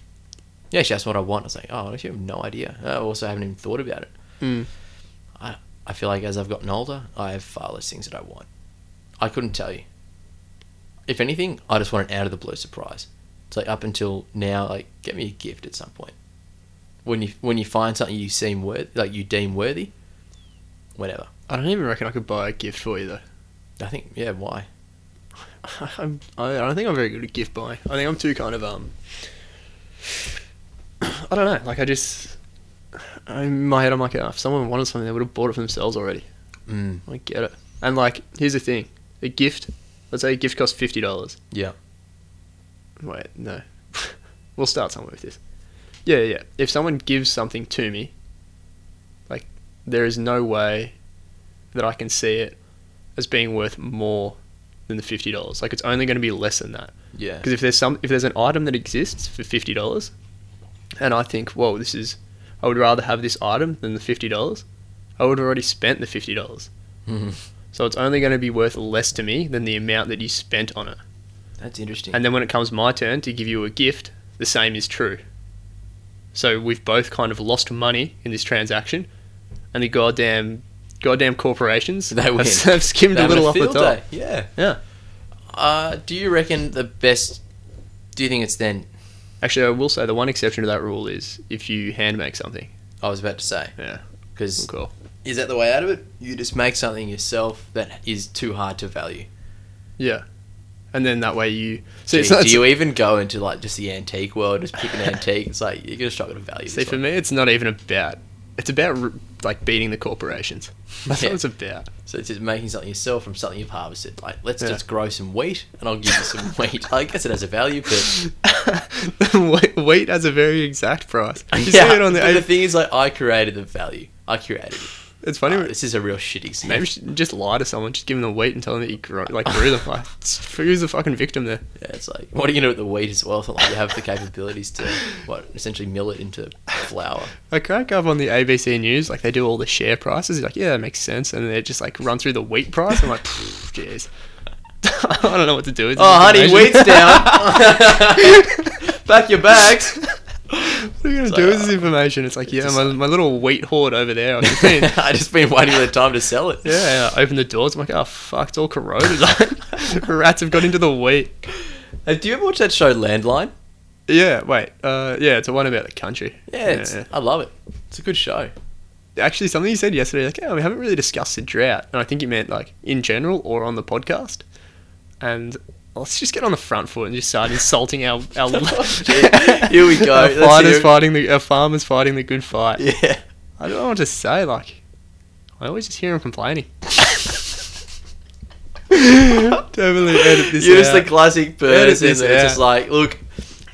Speaker 1: yeah, she asked me what I want. I was like, oh, I actually have no idea. I also haven't even thought about it.
Speaker 2: Mm.
Speaker 1: I, I feel like as I've gotten older, I have far less things that I want. I couldn't tell you. If anything, I just want an out of the blue surprise. It's like up until now, like get me a gift at some point. When you when you find something you seem worth, like you deem worthy, whatever.
Speaker 2: I don't even reckon I could buy a gift for you though.
Speaker 1: I think yeah. Why?
Speaker 2: I'm, I I don't think I'm very good at gift buying. I think I'm too kind of um. I don't know. Like I just, in my head, I'm like, oh, if someone wanted something, they would have bought it for themselves already.
Speaker 1: Mm,
Speaker 2: I get it. And like, here's the thing: a gift. Let's say a gift costs fifty dollars.
Speaker 1: yeah.
Speaker 2: Wait, no. we'll start somewhere with this. Yeah, yeah. If someone gives something to me, like there is no way that I can see it as being worth more than the fifty dollars. Like it's only going to be less than that.
Speaker 1: Yeah.
Speaker 2: Because if there's some, if there's an item that exists for fifty dollars, and I think, whoa, this is, I would rather have this item than the fifty dollars. I would have already spent the fifty dollars.
Speaker 1: Mm-hmm.
Speaker 2: So it's only going to be worth less to me than the amount that you spent on it.
Speaker 1: That's interesting.
Speaker 2: And then when it comes my turn to give you a gift, the same is true. So we've both kind of lost money in this transaction, and the goddamn, goddamn corporations
Speaker 1: They
Speaker 2: have,
Speaker 1: win.
Speaker 2: have skimmed a
Speaker 1: Having
Speaker 2: little off the
Speaker 1: field
Speaker 2: top.
Speaker 1: day, Yeah.
Speaker 2: Yeah.
Speaker 1: Uh, do you reckon the best? Do you think it's then?
Speaker 2: Actually, I will say the one exception to that rule is if you hand make something.
Speaker 1: I was about to say
Speaker 2: Yeah.
Speaker 1: because
Speaker 2: Cool.
Speaker 1: is that the way out of it? You just make something yourself that is too hard to value.
Speaker 2: Yeah. And then that way you. So
Speaker 1: Do,
Speaker 2: it's not.
Speaker 1: do you even go into like just the antique world, just pick an antique? It's like you're gonna struggle to value.
Speaker 2: see,
Speaker 1: This
Speaker 2: for
Speaker 1: one.
Speaker 2: me, it's not even about. It's about r- like beating the corporations. That's
Speaker 1: Yeah.
Speaker 2: what it's about.
Speaker 1: So it's just making something yourself from something you've harvested. Like let's
Speaker 2: Yeah.
Speaker 1: just grow some wheat, and I'll give you some wheat. I guess it has a value, but
Speaker 2: Wheat- Wheat has a very exact price. You see it on the.
Speaker 1: but the thing is, like I created the value. I created it.
Speaker 2: It's funny.
Speaker 1: Uh, this is a real shit example.
Speaker 2: Maybe you should just lie to someone, just give them the wheat and tell them that you grew, like grew them. Like, who's the fucking victim there?
Speaker 1: Yeah, it's like what are you gonna do with the wheat as well? It's not like you have the capabilities to what essentially mill it into flour.
Speaker 2: I crack up on the ABC News, like they do all the share prices. You're like, yeah, that makes sense, and they just like run through the wheat price. I'm like, pfft, jeez, I don't know what to do with. this
Speaker 1: Oh, honey,
Speaker 2: information.
Speaker 1: wheat's down. Pack your bags.
Speaker 2: What are you gonna
Speaker 1: It's
Speaker 2: do
Speaker 1: like,
Speaker 2: with this information? It's like, yeah,
Speaker 1: just
Speaker 2: my, my little wheat hoard over there. I've just been, yeah,
Speaker 1: I just been waiting for the time to sell it.
Speaker 2: yeah. I open the doors. I'm like, oh fuck, it's all corroded. Like, rats have got into the wheat.
Speaker 1: Uh, do you ever watch that show Landline?
Speaker 2: Yeah, wait. Uh, yeah, it's a one about the country.
Speaker 1: Yeah, it's, I love it. It's a good show.
Speaker 2: actually something you said yesterday like oh we haven't really discussed the drought and i think you meant like in general or on the podcast and let's just get on the front foot and just start insulting our our
Speaker 1: Gee, here we go.
Speaker 2: our
Speaker 1: Let's
Speaker 2: fighters
Speaker 1: hear it.
Speaker 2: fighting the our farmers fighting the good fight
Speaker 1: Yeah.
Speaker 2: i don't know what to say like i always just hear them complaining definitely edit this
Speaker 1: You're just
Speaker 2: out.
Speaker 1: the classic
Speaker 2: Edit
Speaker 1: person
Speaker 2: this
Speaker 1: that's just
Speaker 2: out.
Speaker 1: like, look,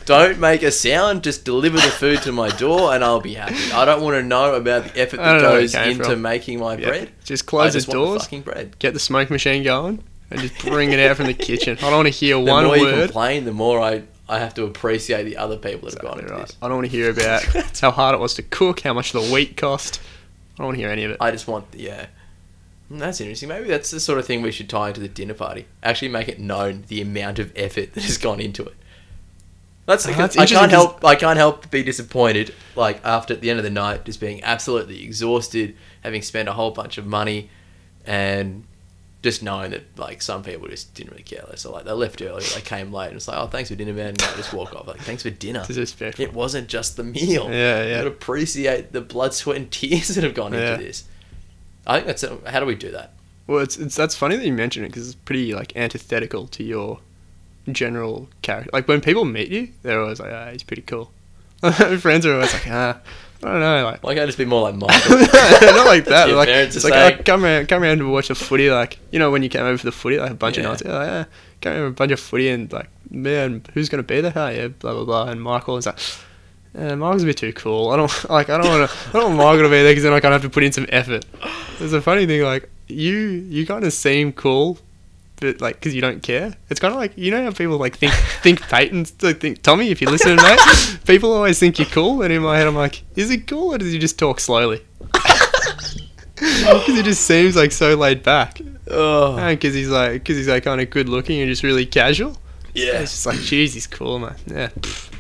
Speaker 1: don't make a sound, just deliver the food to my door and I'll be happy. I don't want to know about the effort
Speaker 2: I
Speaker 1: that
Speaker 2: don't know where it
Speaker 1: goes
Speaker 2: came
Speaker 1: into
Speaker 2: from.
Speaker 1: making my
Speaker 2: Yeah.
Speaker 1: bread.
Speaker 2: just
Speaker 1: I
Speaker 2: close the
Speaker 1: just want the
Speaker 2: doors
Speaker 1: fucking bread.
Speaker 2: get the smoke machine going and just bring it out from the kitchen i don't want to hear
Speaker 1: The
Speaker 2: one
Speaker 1: more you
Speaker 2: word
Speaker 1: complain, the more I, I have to appreciate the other people that have gone
Speaker 2: Exactly
Speaker 1: into
Speaker 2: right.
Speaker 1: this.
Speaker 2: I don't want to hear about how hard it was to cook, how much the wheat cost. I don't want to hear any of it.
Speaker 1: I just want, yeah. Mm, That's interesting. Maybe that's the sort of thing we should tie into the dinner party. Actually, make it known the amount of effort that has gone into it. That's,
Speaker 2: Oh, that's
Speaker 1: I
Speaker 2: interesting
Speaker 1: can't
Speaker 2: 'cause-
Speaker 1: help. I can't help but be disappointed. Like after at the end of the night, just being absolutely exhausted, having spent a whole bunch of money, and just knowing that like some people just didn't really care. So like they left early, they came late, and it's like, oh, thanks for dinner, man. And I just walk off. Like thanks for dinner.
Speaker 2: It's disrespectful.
Speaker 1: It wasn't just the meal.
Speaker 2: Yeah, yeah.
Speaker 1: You gotta appreciate the blood, sweat, and tears that have gone
Speaker 2: Yeah.
Speaker 1: into this. I think that's how do we do that?
Speaker 2: Well, it's, it's that's funny that you mention it because it's pretty like antithetical to your general character. Like when people meet you, they're always like, "Ah, he's pretty cool." Friends are always like, "Ah, I don't know." Like,
Speaker 1: Why can't I just be more like Michael?
Speaker 2: not like that.
Speaker 1: Your
Speaker 2: like,
Speaker 1: parents
Speaker 2: it's
Speaker 1: are
Speaker 2: like, "Oh,
Speaker 1: saying-
Speaker 2: come around, come around and watch the footy. Like, you know, when you came over for the footy, like a bunch
Speaker 1: Yeah.
Speaker 2: of nights, yeah, like, yeah, Oh, came over a bunch of footy, and like, man, who's gonna be there? Oh, yeah, blah blah blah. And Michael is like, Yeah, Marg's a bit too cool. I don't like. I don't want to. I don't want Marg to be there because then I kind of have to put in some effort. There's a funny thing like you. You kind of seem cool, but like because you don't care. It's kind of like you know how people like think think Peyton like think Tommy. If you listen, mate, people always think you're cool, and in my head I'm like, is it cool or does he just talk slowly? Because he just seems like so laid back,
Speaker 1: Oh,
Speaker 2: and because he's like because he's like kind of good looking and just really casual.
Speaker 1: yeah.
Speaker 2: It's just like, jeez, he's cool, man. Yeah, Pfft.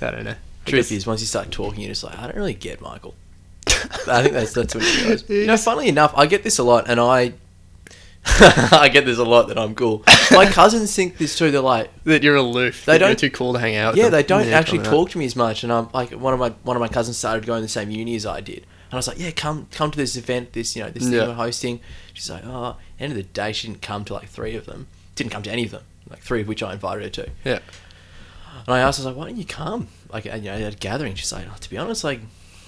Speaker 2: I don't know.
Speaker 1: Truth is, once you start talking, you're just like, I don't really get Michael. I think that's that's what it goes. You know, funnily enough, I get this a lot, and I, I get this a lot that I'm cool. My cousins think this too. They're like,
Speaker 2: that you're aloof.
Speaker 1: They
Speaker 2: They don't
Speaker 1: don't-
Speaker 2: too cool to hang out. with
Speaker 1: yeah,
Speaker 2: them.
Speaker 1: they don't actually
Speaker 2: probably not.
Speaker 1: talk to me as much. And I'm like, one of my one of my cousins started going to the same uni as I did, and I was like, yeah, come come to this event, this you know this
Speaker 2: Yeah.
Speaker 1: thing we're hosting. She's like, oh, end of the day, she didn't come to like three of them. Didn't come to any of them. Like three of which I invited her to.
Speaker 2: Yeah,
Speaker 1: And I asked, I was like, why don't you come? Like, and, you know, at a gathering. She's like, oh, to be honest, like,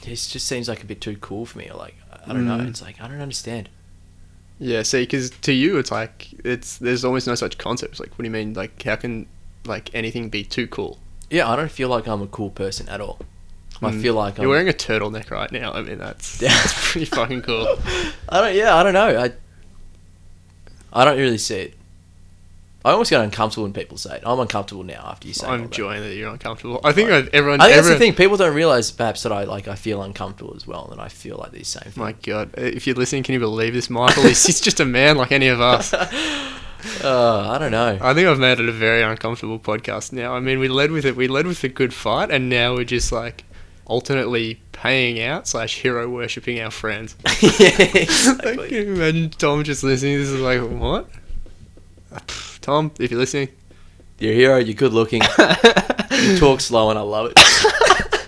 Speaker 1: this just seems like a bit too cool for me. Or like, I don't know.
Speaker 2: Mm.
Speaker 1: It's like, I don't understand.
Speaker 2: yeah. See, because to you, it's like it's there's almost no such concept. It's like, what do you mean? Like, how can like anything be too cool?
Speaker 1: Yeah, I don't feel like I'm a cool person at all. I
Speaker 2: Mm.
Speaker 1: feel like I'm.
Speaker 2: You're wearing a turtleneck right now. I mean, that's
Speaker 1: Yeah.
Speaker 2: that's pretty fucking cool.
Speaker 1: I don't. Yeah, I don't know. I. I don't really see it. I almost get uncomfortable when people say it. I'm uncomfortable now after you say
Speaker 2: I'm
Speaker 1: all that.
Speaker 2: enjoying that you're uncomfortable. I think I've, everyone.
Speaker 1: I think that's the thing.
Speaker 2: everyone,
Speaker 1: People don't realize perhaps that I like. I feel uncomfortable as well, and I feel like these same.
Speaker 2: My God, Uh, if you're listening, can you believe this, Michael? he's, he's just a man like any of us.
Speaker 1: Uh, I don't know.
Speaker 2: I think I've made it a very uncomfortable podcast now. I mean, we led with it. We led with a good fight, and now we're just like alternately paying out slash hero worshipping our friends.
Speaker 1: yeah,
Speaker 2: Like,
Speaker 1: exactly.
Speaker 2: can you imagine Tom just listening? This is like what? Uh, Pff, Tom, if you're listening,
Speaker 1: You're a hero. You're good looking. You talk slow, and I love it.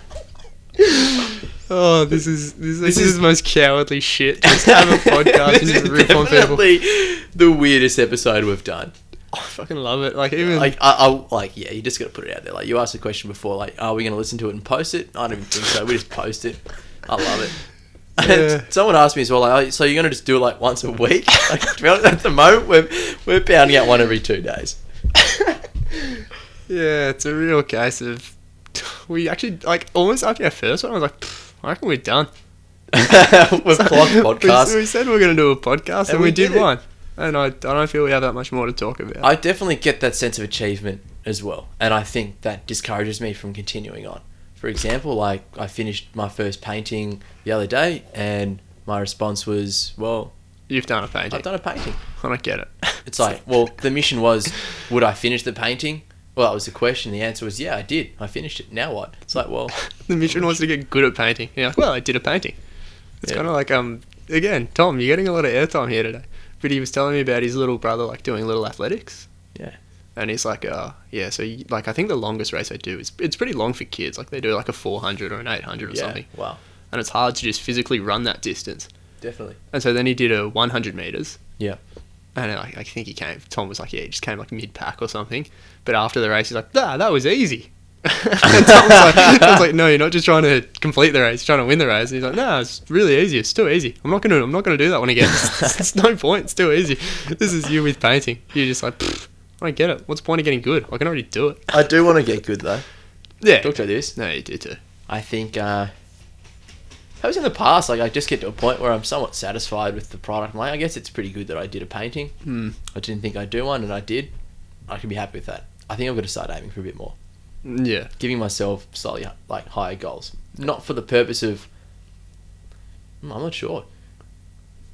Speaker 2: oh, this is this, this is the most cowardly shit. Just have a podcast and
Speaker 1: This
Speaker 2: just
Speaker 1: is
Speaker 2: rip on people.
Speaker 1: definitely the weirdest episode we've done.
Speaker 2: I fucking love it. Like even
Speaker 1: Like, I, I, like, yeah, you just got to put it out there. Like, you asked the question before, like, are we going to listen to it and post it? I don't even think so. We just post it. I love it.
Speaker 2: Yeah.
Speaker 1: Someone asked me as well, like, oh, so you're going to just do it like once a week? Like, to be honest, at the moment, we're, we're pounding out one every two days.
Speaker 2: yeah, it's a real case of we actually like almost after our first one, I was like, "Pff, I reckon we're done.
Speaker 1: we've clocked
Speaker 2: We,
Speaker 1: podcasts.
Speaker 2: we said we were going to do a podcast, and, we,
Speaker 1: we
Speaker 2: did,
Speaker 1: did it.
Speaker 2: one. And I, I don't feel we have that much more to talk about.
Speaker 1: I definitely get that sense of achievement as well. And I think that discourages me from continuing on. For example, like I finished my first painting the other day and my response was, well,
Speaker 2: You've done a painting.
Speaker 1: I've done a painting.
Speaker 2: I don't get it.
Speaker 1: It's like, well, the mission was, would I finish the painting? Well, that was the question. The answer was, yeah, I did. I finished it. Now what? It's like, well,
Speaker 2: the mission was to get good at painting. You're like, well, I did a painting. It's
Speaker 1: Yeah.
Speaker 2: kind of like um again, Tom, you're getting a lot of airtime here today. But he was telling me about his little brother like doing little athletics.
Speaker 1: Yeah.
Speaker 2: And he's like, uh, yeah. So you- like, I think the longest race they do is it's pretty long for kids. Like they do like a 400 or an 800 or
Speaker 1: yeah,
Speaker 2: something,
Speaker 1: wow,
Speaker 2: and it's hard to just physically run that distance.
Speaker 1: definitely.
Speaker 2: And so then he did a 100 meters.
Speaker 1: Yeah.
Speaker 2: And I, I think he came. Tom was like, yeah, he just came like mid pack or something. But after the race, he's like, nah, that was easy. and Tom's like, Tom's like, no, you're not just trying to complete the race, you're trying to win the race. And he's like, no, it's really easy. It's too easy. I'm not gonna, I'm not gonna do that one again. it's no point. It's too easy. This is you with painting. You're just like, "Pfft, I don't get it. What's the point of getting good? I can already do it.
Speaker 1: I do want to get good though.
Speaker 2: Yeah.
Speaker 1: Talk to this.
Speaker 2: No, you do too.
Speaker 1: I think uh, I was in the past. Like I just get to a point where I'm somewhat satisfied with the product. I'm like I guess it's pretty good that I did a painting.
Speaker 2: Hmm.
Speaker 1: I didn't think I'd do one, and I did. I can be happy with that. I think I've got to start aiming for a bit more,
Speaker 2: Yeah.
Speaker 1: giving myself slightly like higher goals, not for the purpose of. Hmm, I'm not sure.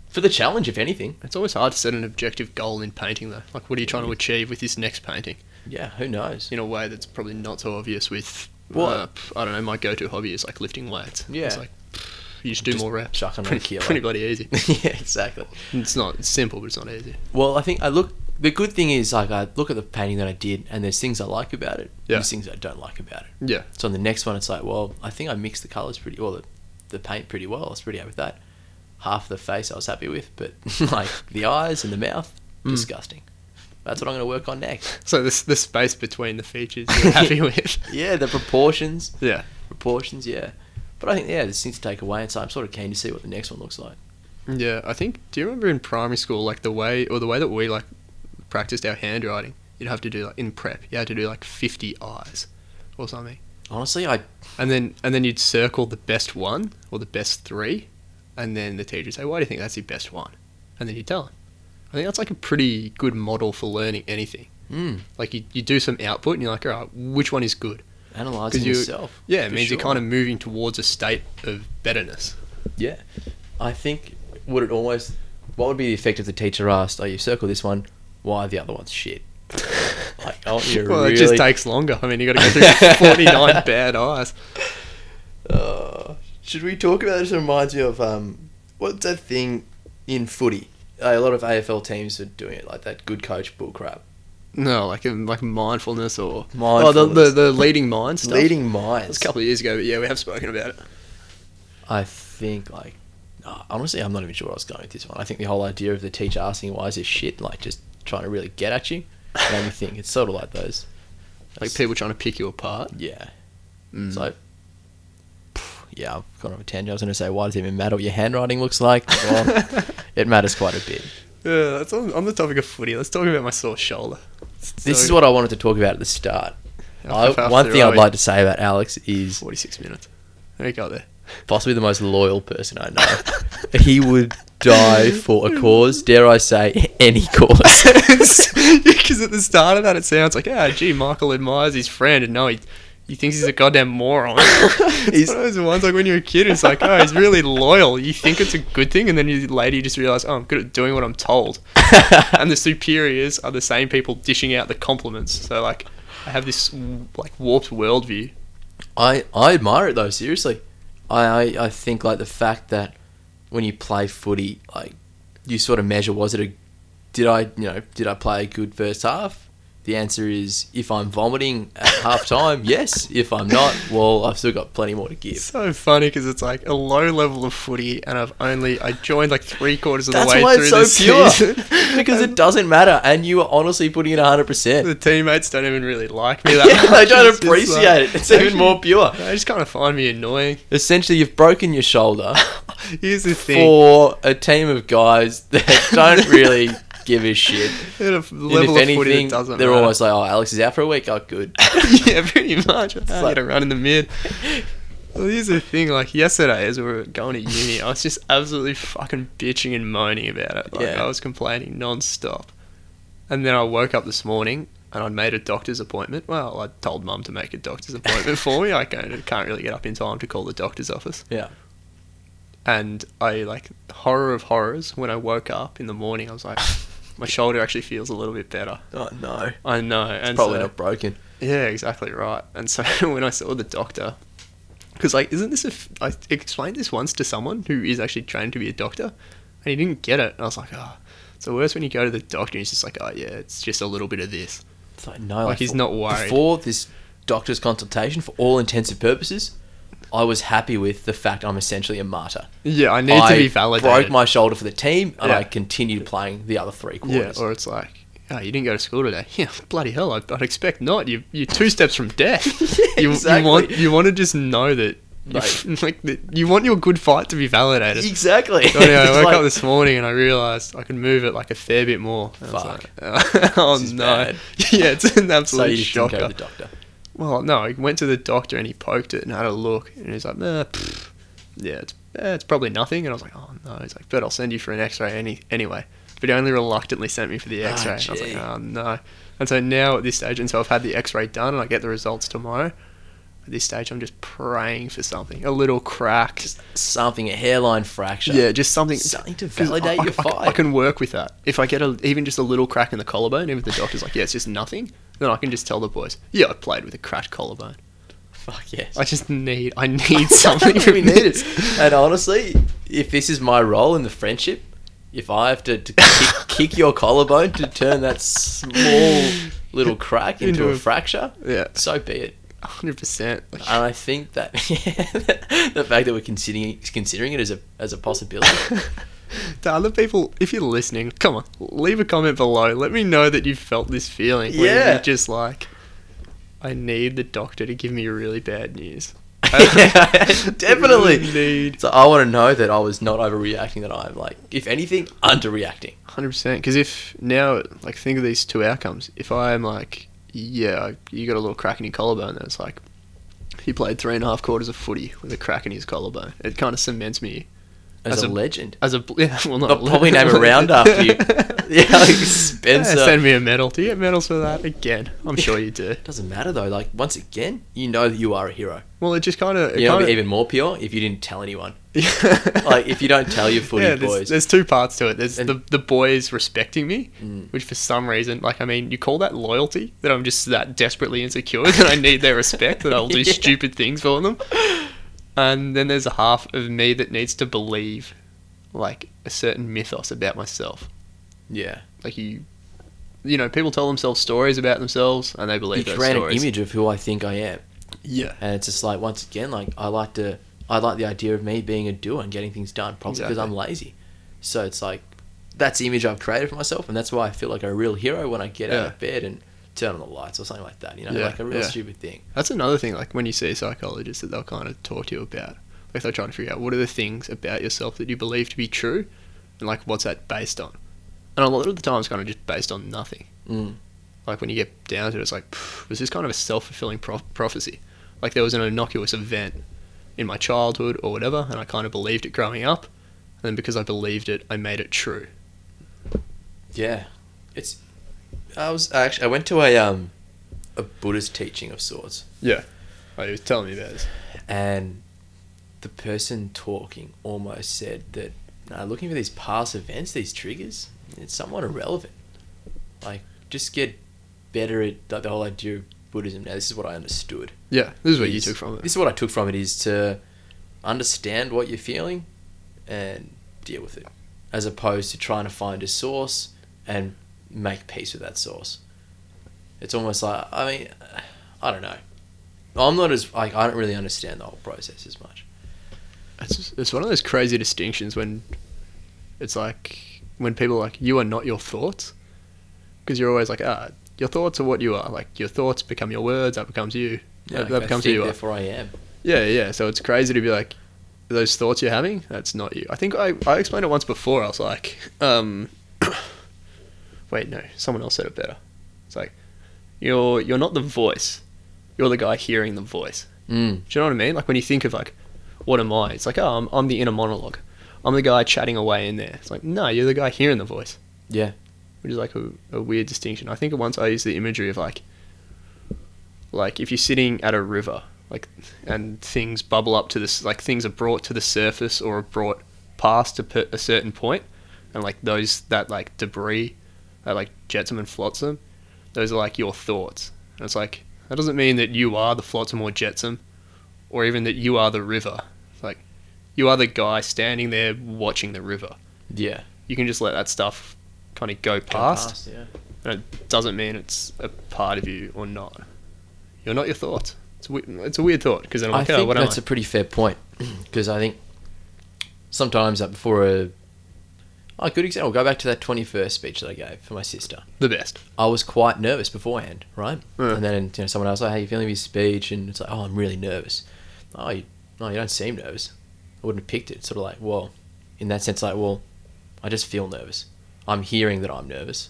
Speaker 1: For the challenge, if anything,
Speaker 2: It's always hard to set an objective goal in painting though. Like, what are you trying to achieve with this next painting?
Speaker 1: yeah. Who knows?
Speaker 2: in a way that's probably not so obvious with
Speaker 1: Well-
Speaker 2: uh, pff, I don't know. My go-to hobby is like lifting weights.
Speaker 1: Yeah.
Speaker 2: it's like pff, you just do
Speaker 1: Just
Speaker 2: more reps.
Speaker 1: chuck on a
Speaker 2: pretty,
Speaker 1: kilo.
Speaker 2: pretty bloody easy.
Speaker 1: yeah, exactly.
Speaker 2: it's not it's simple, but it's not easy.
Speaker 1: Well, I think I look. The good thing is, like, I look at the painting that I did, and there's things I like about it.
Speaker 2: Yeah.
Speaker 1: There's things I don't like about it.
Speaker 2: Yeah,
Speaker 1: So on the next one, it's like, well, I think I mixed the colours pretty well, the, the paint pretty well. I was pretty happy with that. Half the face I was happy with, but like the eyes and the mouth, disgusting. That's what I'm going to work on next.
Speaker 2: so this the space between the features you're happy with.
Speaker 1: Yeah, the proportions,
Speaker 2: Yeah,
Speaker 1: proportions, yeah. But I think yeah, there's things to take away, and so I'm sort of keen to see what the next one looks like.
Speaker 2: yeah. I think. Do you remember in primary school, like the way or the way that we like practiced our handwriting? You'd have to do like in prep. You had to do like fifty eyes or something.
Speaker 1: Honestly, I
Speaker 2: And then and then you'd circle the best one or the best three, and then the teacher would say, "Why do you think that's your best one?" And then you tell them. I think that's like a pretty good model for learning anything.
Speaker 1: mm,
Speaker 2: Like you, you do some output and you're like, all right, which one is good?
Speaker 1: analyzing
Speaker 2: 'Cause you-
Speaker 1: yourself.
Speaker 2: Yeah, it
Speaker 1: for
Speaker 2: means you're
Speaker 1: sure.
Speaker 2: kind of moving towards a state of betterness.
Speaker 1: Yeah. I think would it almost what would be the effect if the teacher asked, Oh, you circle this one, why are the other one's shit? Like, I want you to
Speaker 2: well,
Speaker 1: really
Speaker 2: it just takes longer. I mean, you got to go through 49 bad eyes.
Speaker 1: Uh, should we talk about this reminds me of um what's that thing in footy? Uh, a lot of AFL teams are doing it, like that good coach bull crap.
Speaker 2: No, like um, like mindfulness or oh the, the
Speaker 1: Mindfulness.
Speaker 2: the leading mind stuff.
Speaker 1: Leading
Speaker 2: It
Speaker 1: minds.
Speaker 2: was a couple of years ago, but yeah, we have spoken about it.
Speaker 1: I think like uh, honestly, I'm not even sure where I was going with this one. I think the whole idea of the teacher asking why is this shit, like just trying to really get at you, made me think it's sort of like those.
Speaker 2: Like people trying to pick you apart.
Speaker 1: Yeah.
Speaker 2: Mm.
Speaker 1: So, pff, yeah, I've gone on a tangent. I was going to say, why does it even matter what your handwriting looks like? Well, it matters quite a bit.
Speaker 2: Yeah, that's on, on the topic of footy. Let's talk about my sore shoulder.
Speaker 1: This is what I wanted to talk about at the start. I,
Speaker 2: After
Speaker 1: one thing
Speaker 2: the
Speaker 1: I'd
Speaker 2: road.
Speaker 1: like to say about Alex is
Speaker 2: Forty-six minutes. There you go. There.
Speaker 1: possibly the most loyal person I know. he would die for a cause, dare I say, any cause.
Speaker 2: Because at the start of that, it sounds like, ah, gee, Michael admires his friend, and no, he, he thinks he's a goddamn moron.
Speaker 1: He's-
Speaker 2: he's one of those ones like when you're a kid, it's like, oh, he's really loyal. You think it's a good thing, and then you later you just realize, oh, I'm good at doing what I'm told. and the superiors are the same people dishing out the compliments. So like, I have this like warped worldview.
Speaker 1: I, I admire it though, seriously. I, I, I think like the fact that when you play footy, like you sort of measure was it a did I you know, did I play a good first half? The answer is if I'm vomiting at half time, yes. If I'm not, well I've still got plenty more to
Speaker 2: It's
Speaker 1: give.
Speaker 2: so funny because it's like a low level of footy, and I've only I joined like three quarters of the
Speaker 1: That's
Speaker 2: way
Speaker 1: why
Speaker 2: through
Speaker 1: it's so
Speaker 2: this
Speaker 1: pure.
Speaker 2: season.
Speaker 1: Because
Speaker 2: And
Speaker 1: it doesn't matter and you are honestly putting in hundred percent.
Speaker 2: the teammates don't even really like me. That
Speaker 1: Yeah, they
Speaker 2: much.
Speaker 1: don't
Speaker 2: It's just like-
Speaker 1: appreciate it. It's even more pure.
Speaker 2: They just kind of find me annoying.
Speaker 1: Essentially you've broken your shoulder
Speaker 2: Here's the thing.
Speaker 1: for a team of guys that don't really give a shit.
Speaker 2: At a
Speaker 1: And
Speaker 2: level
Speaker 1: if
Speaker 2: of footy,
Speaker 1: anything,
Speaker 2: it doesn't
Speaker 1: they're
Speaker 2: matter.
Speaker 1: almost like, "Oh, Alex is out for a week. Oh, good."
Speaker 2: yeah, pretty much. I
Speaker 1: like-
Speaker 2: had to run in the mid. Well, here's the thing. Like yesterday, as we were going to uni, I was just absolutely fucking bitching and moaning about it. Like
Speaker 1: Yeah.
Speaker 2: I was complaining non-stop. And then I woke up this morning and I'd made a doctor's appointment. Well, I told mum to make a doctor's appointment for me. I can't can't really get up in time to call the doctor's office.
Speaker 1: Yeah.
Speaker 2: And I like horror of horrors. When I woke up in the morning, I was like, my shoulder actually feels a little bit better.
Speaker 1: Oh no, it's
Speaker 2: I know. and
Speaker 1: probably
Speaker 2: so-
Speaker 1: not broken.
Speaker 2: yeah, exactly right. And so when I saw the doctor, because like, isn't this a? F- I explained this once to someone who is actually trained to be a doctor, and he didn't get it. And I was like, oh, it's the worst when you go to the doctor and he's just like, oh yeah, it's just a little bit of this.
Speaker 1: It's like no,
Speaker 2: Like, he's not worried.
Speaker 1: Before this doctor's consultation, for all intents and purposes, I was happy with the fact I'm essentially a martyr.
Speaker 2: Yeah, I need
Speaker 1: I
Speaker 2: to be validated.
Speaker 1: broke my shoulder for the team, and
Speaker 2: Yeah.
Speaker 1: I continued playing the other three
Speaker 2: yeah,
Speaker 1: quarters.
Speaker 2: or it's like, oh, you didn't go to school today. Yeah, bloody hell, I'd, I'd expect not. You you're two steps from death.
Speaker 1: Yeah,
Speaker 2: you,
Speaker 1: exactly.
Speaker 2: you want you want to just know that. you-
Speaker 1: Like-
Speaker 2: Like, that you want your good fight to be validated.
Speaker 1: exactly.
Speaker 2: So anyway, I
Speaker 1: It's
Speaker 2: woke
Speaker 1: like,
Speaker 2: up this morning and I realised I could move it like a fair bit more. And I was
Speaker 1: Fuck.
Speaker 2: like, oh
Speaker 1: This is
Speaker 2: no.
Speaker 1: bad.
Speaker 2: yeah, it's an
Speaker 1: so
Speaker 2: absolute
Speaker 1: you just didn't go to
Speaker 2: shocker.
Speaker 1: the doctor.
Speaker 2: Well, no, I went to the doctor and he poked it and had a look and he's like, nah, pff, yeah, it's, eh, it's probably nothing. And I was like, oh no. He's like, but I'll send you for an X-ray any anyway. But he only reluctantly sent me for the
Speaker 1: Ah,
Speaker 2: X-ray. and I was like,
Speaker 1: gee.
Speaker 2: oh no. And so now at this stage, and so I've had the X-ray done and I get the results tomorrow. At this stage, I'm just praying for something, a little crack,
Speaker 1: Just something, a hairline fracture.
Speaker 2: yeah, just something
Speaker 1: Something to
Speaker 2: 'cause
Speaker 1: validate
Speaker 2: I,
Speaker 1: your
Speaker 2: I, I,
Speaker 1: fight.
Speaker 2: I can work with that. If I get a, even just a little crack in the collarbone, even if the doctor's like, "Yeah, it's just nothing," then I can just tell the boys, "Yeah, I played with a cracked collarbone."
Speaker 1: Fuck yes.
Speaker 2: I just need, I need something.
Speaker 1: we
Speaker 2: from
Speaker 1: need
Speaker 2: this.
Speaker 1: it. And honestly, if this is my role in the friendship, if I have to, to kick, kick your collarbone to turn that small little crack into,
Speaker 2: Into
Speaker 1: a,
Speaker 2: a-
Speaker 1: fracture,
Speaker 2: Yeah,
Speaker 1: so be it.
Speaker 2: hundred percent.
Speaker 1: And I think that the fact that we're considering considering it as a as a possibility.
Speaker 2: To other people, if you're listening, come on, leave a comment below. Let me know that you felt this feeling. where
Speaker 1: Yeah.
Speaker 2: you're just like, I need the doctor to give me really bad news.
Speaker 1: Definitely.
Speaker 2: Really need
Speaker 1: So I want to know that I was not overreacting. That I'm like, if anything, underreacting.
Speaker 2: Hundred percent. Because if now, like, think of these two outcomes. If I'm like, yeah, you got a little crack in your collarbone, then it's like, He played three and a half quarters of footy with a crack in his collarbone. It kind of cements me
Speaker 1: As,
Speaker 2: As
Speaker 1: a,
Speaker 2: a-
Speaker 1: legend.
Speaker 2: as a yeah. Well, not
Speaker 1: They'll probably name a round after you. Yeah, like Spencer.
Speaker 2: send me a medal. Do you get medals for that again? I'm sure you do.
Speaker 1: Doesn't matter though. Like once again, you know that you are a hero.
Speaker 2: Well, it just kind of
Speaker 1: You know, it'd be even more pure if you didn't tell anyone.
Speaker 2: Yeah.
Speaker 1: Like, if you don't tell your footy
Speaker 2: there's,
Speaker 1: boys.
Speaker 2: There's two parts to it. There's
Speaker 1: And-
Speaker 2: the the boys respecting me,
Speaker 1: Mm.
Speaker 2: which for some reason, like I mean, you call that loyalty? That I'm just that desperately insecure that I need their respect, that I'll do
Speaker 1: Yeah.
Speaker 2: stupid things for them. And then there's a half of me that needs to believe, like a certain mythos about myself.
Speaker 1: Yeah,
Speaker 2: Like you, you know, people tell themselves stories about themselves and they
Speaker 1: you
Speaker 2: believe those
Speaker 1: create an
Speaker 2: stories.
Speaker 1: image of who I think I am,
Speaker 2: Yeah.
Speaker 1: and it's just like once again, like I like to, I like the idea of me being a doer and getting things done, probably because
Speaker 2: Exactly.
Speaker 1: I'm lazy. So it's like that's the image I've created for myself, and that's why I feel like a real hero when I get out
Speaker 2: Yeah.
Speaker 1: of bed and turn on the lights or something like that. You know,
Speaker 2: Yeah,
Speaker 1: like a real
Speaker 2: yeah.
Speaker 1: stupid thing.
Speaker 2: That's another thing, like when you see a psychologist that they'll kind of talk to you about. Like they're trying to figure out what are the things about yourself that you believe to be true and like what's that based on. And a lot of the time it's kind of just based on nothing.
Speaker 1: Mm.
Speaker 2: Like when you get down to it, it's like, phew, was this kind of a self fulfilling pro- prophecy? Like there was an innocuous event in my childhood or whatever, and I kind of believed it growing up. And then because I believed it, I made it true.
Speaker 1: Yeah, it's. I was I actually I went to a um, a Buddhist teaching of sorts.
Speaker 2: Yeah. Like he was telling me about this.
Speaker 1: and the person talking almost said that nah, looking for these past events, these triggers, it's somewhat irrelevant. Like, just get better at the, the whole idea of Buddhism. Now, this is what I understood.
Speaker 2: Yeah. This is what you
Speaker 1: Is-
Speaker 2: took from it.
Speaker 1: This is what I took from it is to understand what you're feeling and deal with it, as opposed to trying to find a source and make peace with that source. It's almost like I mean, I don't know. I'm not as like I don't really understand the whole process as much.
Speaker 2: It's it's one of those crazy distinctions when it's like when people are like you are not your thoughts because you're always like ah your thoughts are what you are like your thoughts become your words that becomes you that,
Speaker 1: Like,
Speaker 2: that
Speaker 1: I
Speaker 2: becomes who
Speaker 1: think,
Speaker 2: you are
Speaker 1: Therefore, I am.
Speaker 2: yeah yeah so it's crazy to be like those thoughts you're having that's not you I think I I explained it once before I was like um wait no someone else said it better it's like you're you're not the voice you're the guy hearing the voice
Speaker 1: Mm.
Speaker 2: do you know what I mean? Like when you think of like, what am I? It's like, oh, I'm, I'm the inner monologue. I'm the guy chatting away in there. It's like, no, you're the guy hearing the voice.
Speaker 1: Yeah.
Speaker 2: Which is like a, a weird distinction. I think once I used the imagery of like, like if you're sitting at a river, like, and things bubble up to this, like things are brought to the surface or are brought past a, per, a certain point, and like those that like debris, that like jets them and flotsam, those are like your thoughts. And it's like that doesn't mean that you are the flotsam or jetsam, or even that you are the river. It's like you are the guy standing there watching the river.
Speaker 1: Yeah.
Speaker 2: You can just let that stuff kind of go
Speaker 1: Go
Speaker 2: past,
Speaker 1: yeah.
Speaker 2: and it doesn't mean it's a part of you or not. You're not your thoughts. It's a, we- it's a weird thought because then I'm
Speaker 1: I
Speaker 2: like, oh,
Speaker 1: think
Speaker 2: what am I?
Speaker 1: that's a pretty fair point because I think sometimes that before a, a good example, go back to that 21st speech that I gave for my sister.
Speaker 2: the best.
Speaker 1: I was quite nervous beforehand, right?
Speaker 2: Yeah.
Speaker 1: And then you know someone else like, "How you feeling with your speech?" And it's like, "Oh, I'm really nervous." Oh, you, no, you don't seem nervous. I wouldn't have picked it. Sort of like, well, in that sense, like, well, I just feel nervous. I'm hearing that I'm nervous,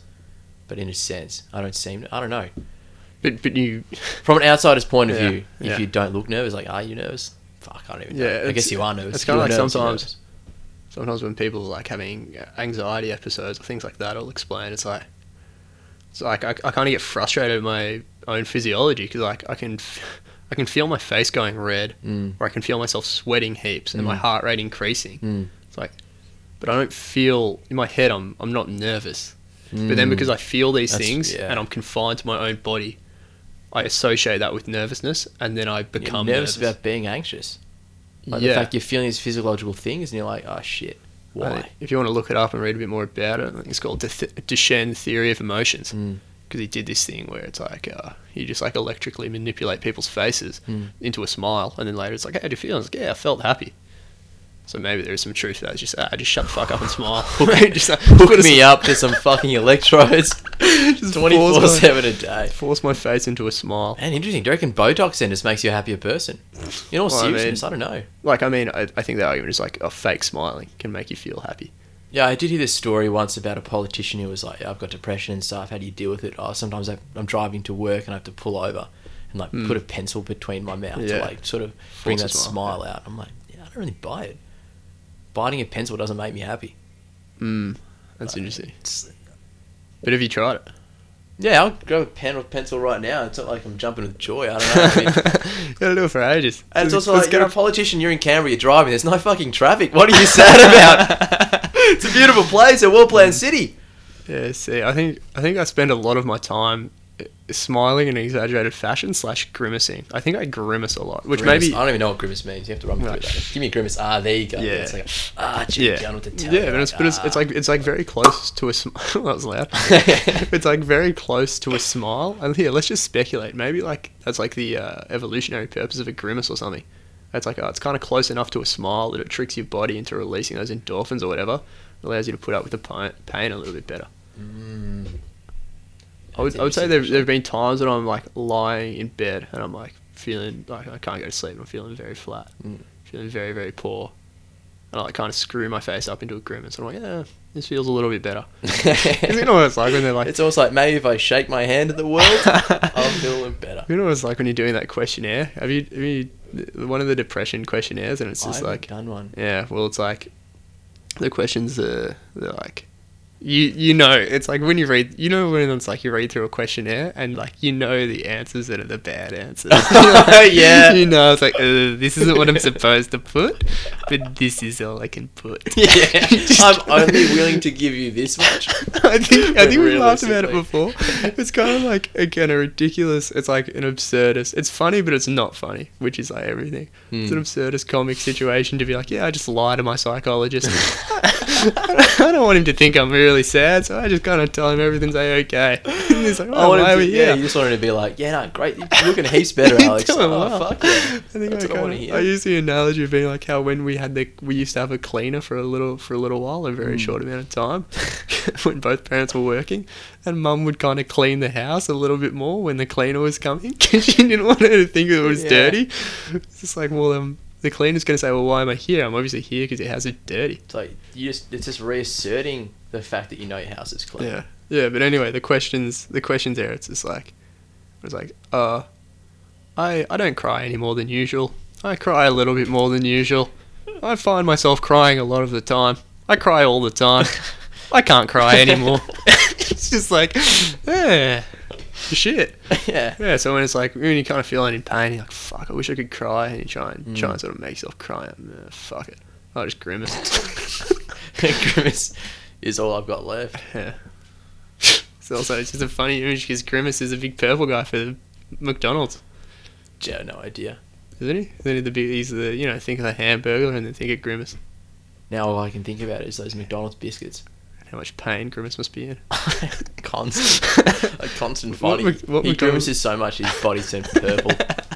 Speaker 1: but in a sense, I don't seem. I don't know.
Speaker 2: But but you,
Speaker 1: From an outsider's point of
Speaker 2: Yeah,
Speaker 1: view, if
Speaker 2: yeah.
Speaker 1: you don't look nervous, like, are you nervous? Fuck, I don't even
Speaker 2: Yeah,
Speaker 1: know. I guess
Speaker 2: it's-
Speaker 1: you are nervous.
Speaker 2: it's kinda
Speaker 1: You're
Speaker 2: like
Speaker 1: nervous, you're
Speaker 2: sometimes-
Speaker 1: nervous.
Speaker 2: sometimes when people are like having anxiety episodes or things like that, I'll explain. It's like, it's like I, I kind of get frustrated at my own physiology because like I can, f- I can feel my face going red,
Speaker 1: Mm.
Speaker 2: or I can feel myself sweating heaps and my
Speaker 1: Mm.
Speaker 2: heart rate increasing.
Speaker 1: Mm.
Speaker 2: It's like, but I don't feel in my head. I'm I'm not nervous, but then
Speaker 1: Mm.
Speaker 2: because I feel these
Speaker 1: That's-
Speaker 2: things
Speaker 1: yeah.
Speaker 2: and I'm confined to my own body, I associate that with nervousness, and then I
Speaker 1: You're
Speaker 2: become
Speaker 1: nervous, about being anxious. Like the fact you're feeling these physiological things, and you're like, oh shit, why?
Speaker 2: Uh, if you want to look it up and read a bit more about it, I think it's called the th- Duchenne theory of emotions because
Speaker 1: Mm.
Speaker 2: he did this thing where it's like uh, you just like electrically manipulate people's faces
Speaker 1: Mm.
Speaker 2: into a smile, and then later it's like, "How do you feel?" It's like, "Yeah, I felt happy." So maybe there is some truth to that. It's just, ah, just shut the fuck up and smile. just, uh,
Speaker 1: Hook me up to some fucking electrodes,
Speaker 2: Just
Speaker 1: twenty four
Speaker 2: force my-
Speaker 1: seven a day.
Speaker 2: Force my face into a smile.
Speaker 1: Man, interesting. Do you reckon Botox then just makes you a happier person? In all
Speaker 2: Well, I mean-
Speaker 1: seriousness, I, don't know.
Speaker 2: Like, I mean, I, I think the argument is like, a fake smiling can make you feel happy.
Speaker 1: Yeah, I did hear this story once about a politician who was like, yeah, "I've got depression and stuff. How do you deal with it?" Oh, sometimes I, I'm driving to work and I have to pull over, and like
Speaker 2: Mm.
Speaker 1: put a pencil between my mouth to
Speaker 2: Yeah.
Speaker 1: like sort of bring
Speaker 2: Force
Speaker 1: that
Speaker 2: a
Speaker 1: smile
Speaker 2: smile,
Speaker 1: out. I'm like, yeah, I don't really buy it. Biting a pencil doesn't make me happy.
Speaker 2: Mm, that's
Speaker 1: Like,
Speaker 2: interesting.
Speaker 1: it's-
Speaker 2: But have you tried it?
Speaker 1: yeah, I'll grab a pen or pencil right now. It's not like I'm jumping with joy. I don't know. I mean,
Speaker 2: Gotta do it for ages.
Speaker 1: and it's also
Speaker 2: Let's
Speaker 1: like
Speaker 2: get
Speaker 1: you're a
Speaker 2: a-
Speaker 1: politician. You're in Canberra. You're driving. There's no fucking traffic. What are you sad about? it's a beautiful place. A well
Speaker 2: Mm.
Speaker 1: planned city.
Speaker 2: Yeah, see, I think I think I spend a lot of my time uh, smiling in exaggerated fashion slash grimacing. I think I grimace a lot, which
Speaker 1: Grimace.
Speaker 2: maybe
Speaker 1: I don't even know what grimace means. You have to run me through
Speaker 2: Right.
Speaker 1: that. Give me a grimace. Ah, there you go.
Speaker 2: Yeah.
Speaker 1: It's like ah, chicken
Speaker 2: yeah,
Speaker 1: gun with the tail.
Speaker 2: yeah, but it's but it's,
Speaker 1: Ah.
Speaker 2: it's like it's like very close to a sm- that was loud. it's like very close to a smile. And here, let's just speculate. Maybe like that's like the uh, evolutionary purpose of a grimace or something. That's like oh, it's kind of close enough to a smile that it tricks your body into releasing those endorphins or whatever. It allows you to put up with the pi- pain a little bit better.
Speaker 1: Mm.
Speaker 2: I would,
Speaker 1: That's
Speaker 2: I would say
Speaker 1: interesting,
Speaker 2: there
Speaker 1: actually.
Speaker 2: there have been times that I'm like lying in bed and I'm like feeling like I can't go to sleep. I'm feeling very flat,
Speaker 1: Mm.
Speaker 2: feeling very very poor, and I like kind of screw my face up into a grimace. I'm like, yeah, this feels a little bit better. you know what it's like when they're like,
Speaker 1: it's almost like maybe if I shake my hand at the world, I'll feel better.
Speaker 2: you know what it's like when you're doing that questionnaire. Have you have you one of the depression questionnaires and it's
Speaker 1: I
Speaker 2: just
Speaker 1: haven't
Speaker 2: like
Speaker 1: done one.
Speaker 2: Yeah, well, it's like the questions are they're like you you know it's like when you read you know when it's like you read through a questionnaire and like you know the answers that are the bad answers.
Speaker 1: Yeah.
Speaker 2: you know it's like uh, this isn't what I'm supposed to put, but this is all I can put.
Speaker 1: Yeah,
Speaker 2: Just-
Speaker 1: I'm only willing to give you this much.
Speaker 2: I think I
Speaker 1: But
Speaker 2: think we laughed about it
Speaker 1: realistically-
Speaker 2: before. It's kind of like again a ridiculous. It's like an absurdist. It's funny, but it's not funny, which is like everything.
Speaker 1: Hmm.
Speaker 2: It's an absurdist comic situation to be like, yeah, I just lie to my psychologist. I don't want him to think I'm really sad, so I just kind of tell him everything's a okay. And he's like,
Speaker 1: I
Speaker 2: oh,
Speaker 1: wanted
Speaker 2: why
Speaker 1: to,
Speaker 2: we
Speaker 1: yeah,
Speaker 2: yeah.
Speaker 1: you just wanted to be like, yeah, no, great, you're looking heaps better,
Speaker 2: You're
Speaker 1: Alex.
Speaker 2: doing
Speaker 1: oh,
Speaker 2: well.
Speaker 1: fuck yeah.
Speaker 2: I think
Speaker 1: That's
Speaker 2: I,
Speaker 1: what I want to hear.
Speaker 2: kinda- I use the analogy of being like how when we had the we used to have a cleaner for a little for a little while, a
Speaker 1: Mm.
Speaker 2: very short amount of time, when both parents were working, and mum would kind of clean the house a little bit more when the cleaner was coming because she didn't want her to think it was
Speaker 1: Yeah.
Speaker 2: dirty. It's just like well, um, the cleaner's gonna say, well, why am I here? I'm obviously here because your house is dirty.
Speaker 1: It's like you just it's just reasserting the fact that you know your house is clean.
Speaker 2: Yeah, yeah. But anyway, the questions, the questions there, it's just like, it was like, uh, I I don't cry any more than usual. I cry a little bit more than usual. I find myself crying a lot of the time. I cry all the time. I can't cry anymore. it's just like, eh, shit.
Speaker 1: yeah.
Speaker 2: Yeah. So when it's like when you kind of feeling in pain, you're like, fuck, I wish I could cry, and you try and try and sort of make yourself cry. And, uh, fuck it. I just grimace.
Speaker 1: Grimace is all I've got left.
Speaker 2: Yeah. It's also it's just a funny image because Grimace is a big purple guy for McDonald's,
Speaker 1: Yeah, no idea.
Speaker 2: isn't he? Isn't he the big? He's the you know think of the hamburger and then think of Grimace.
Speaker 1: Now all I can think about is those McDonald's biscuits.
Speaker 2: How much pain Grimace must be in.
Speaker 1: constant, a constant
Speaker 2: What
Speaker 1: fighting.
Speaker 2: Mc- what
Speaker 1: he
Speaker 2: McDonald's-
Speaker 1: grimaces so much his body turns purple.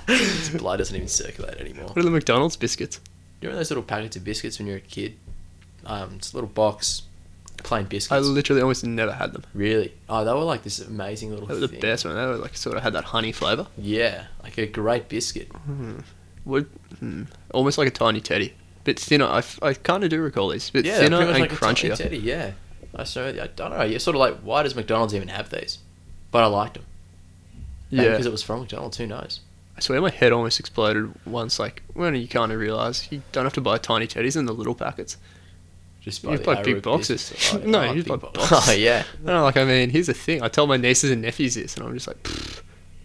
Speaker 1: his blood doesn't even circulate anymore.
Speaker 2: What are the McDonald's biscuits?
Speaker 1: You remember those little packets of biscuits when you were a kid? Um, it's a little box, plain biscuits.
Speaker 2: I literally almost never had them.
Speaker 1: really? Oh, they were like this amazing little
Speaker 2: They were the
Speaker 1: thing.
Speaker 2: best one. They were like sort of had that honey flavor.
Speaker 1: Yeah, like a great biscuit.
Speaker 2: What? Hmm. Almost like a tiny teddy, bit thinner. I, f- I kind of do recall these. Bit
Speaker 1: yeah, they're
Speaker 2: thinner
Speaker 1: pretty much like
Speaker 2: and
Speaker 1: a tiny
Speaker 2: crunchier.
Speaker 1: teddy, yeah. I, so, I don't know. You're sort of like, why does McDonald's even have these? But I liked them. Maybe
Speaker 2: Yeah.
Speaker 1: Because it was from McDonald's. Who knows?
Speaker 2: I swear my head almost exploded once. Like when you kind of realize you don't have to buy tiny teddies in the little packets.
Speaker 1: Just
Speaker 2: You
Speaker 1: the
Speaker 2: buy big
Speaker 1: Arab
Speaker 2: boxes.
Speaker 1: biscuits. Oh,
Speaker 2: No,
Speaker 1: I like
Speaker 2: you
Speaker 1: big
Speaker 2: buy
Speaker 1: boxes.
Speaker 2: boxes.
Speaker 1: Oh yeah.
Speaker 2: No, like I mean, here's the thing. I tell my nieces and nephews this, and I'm just like, "Pfft,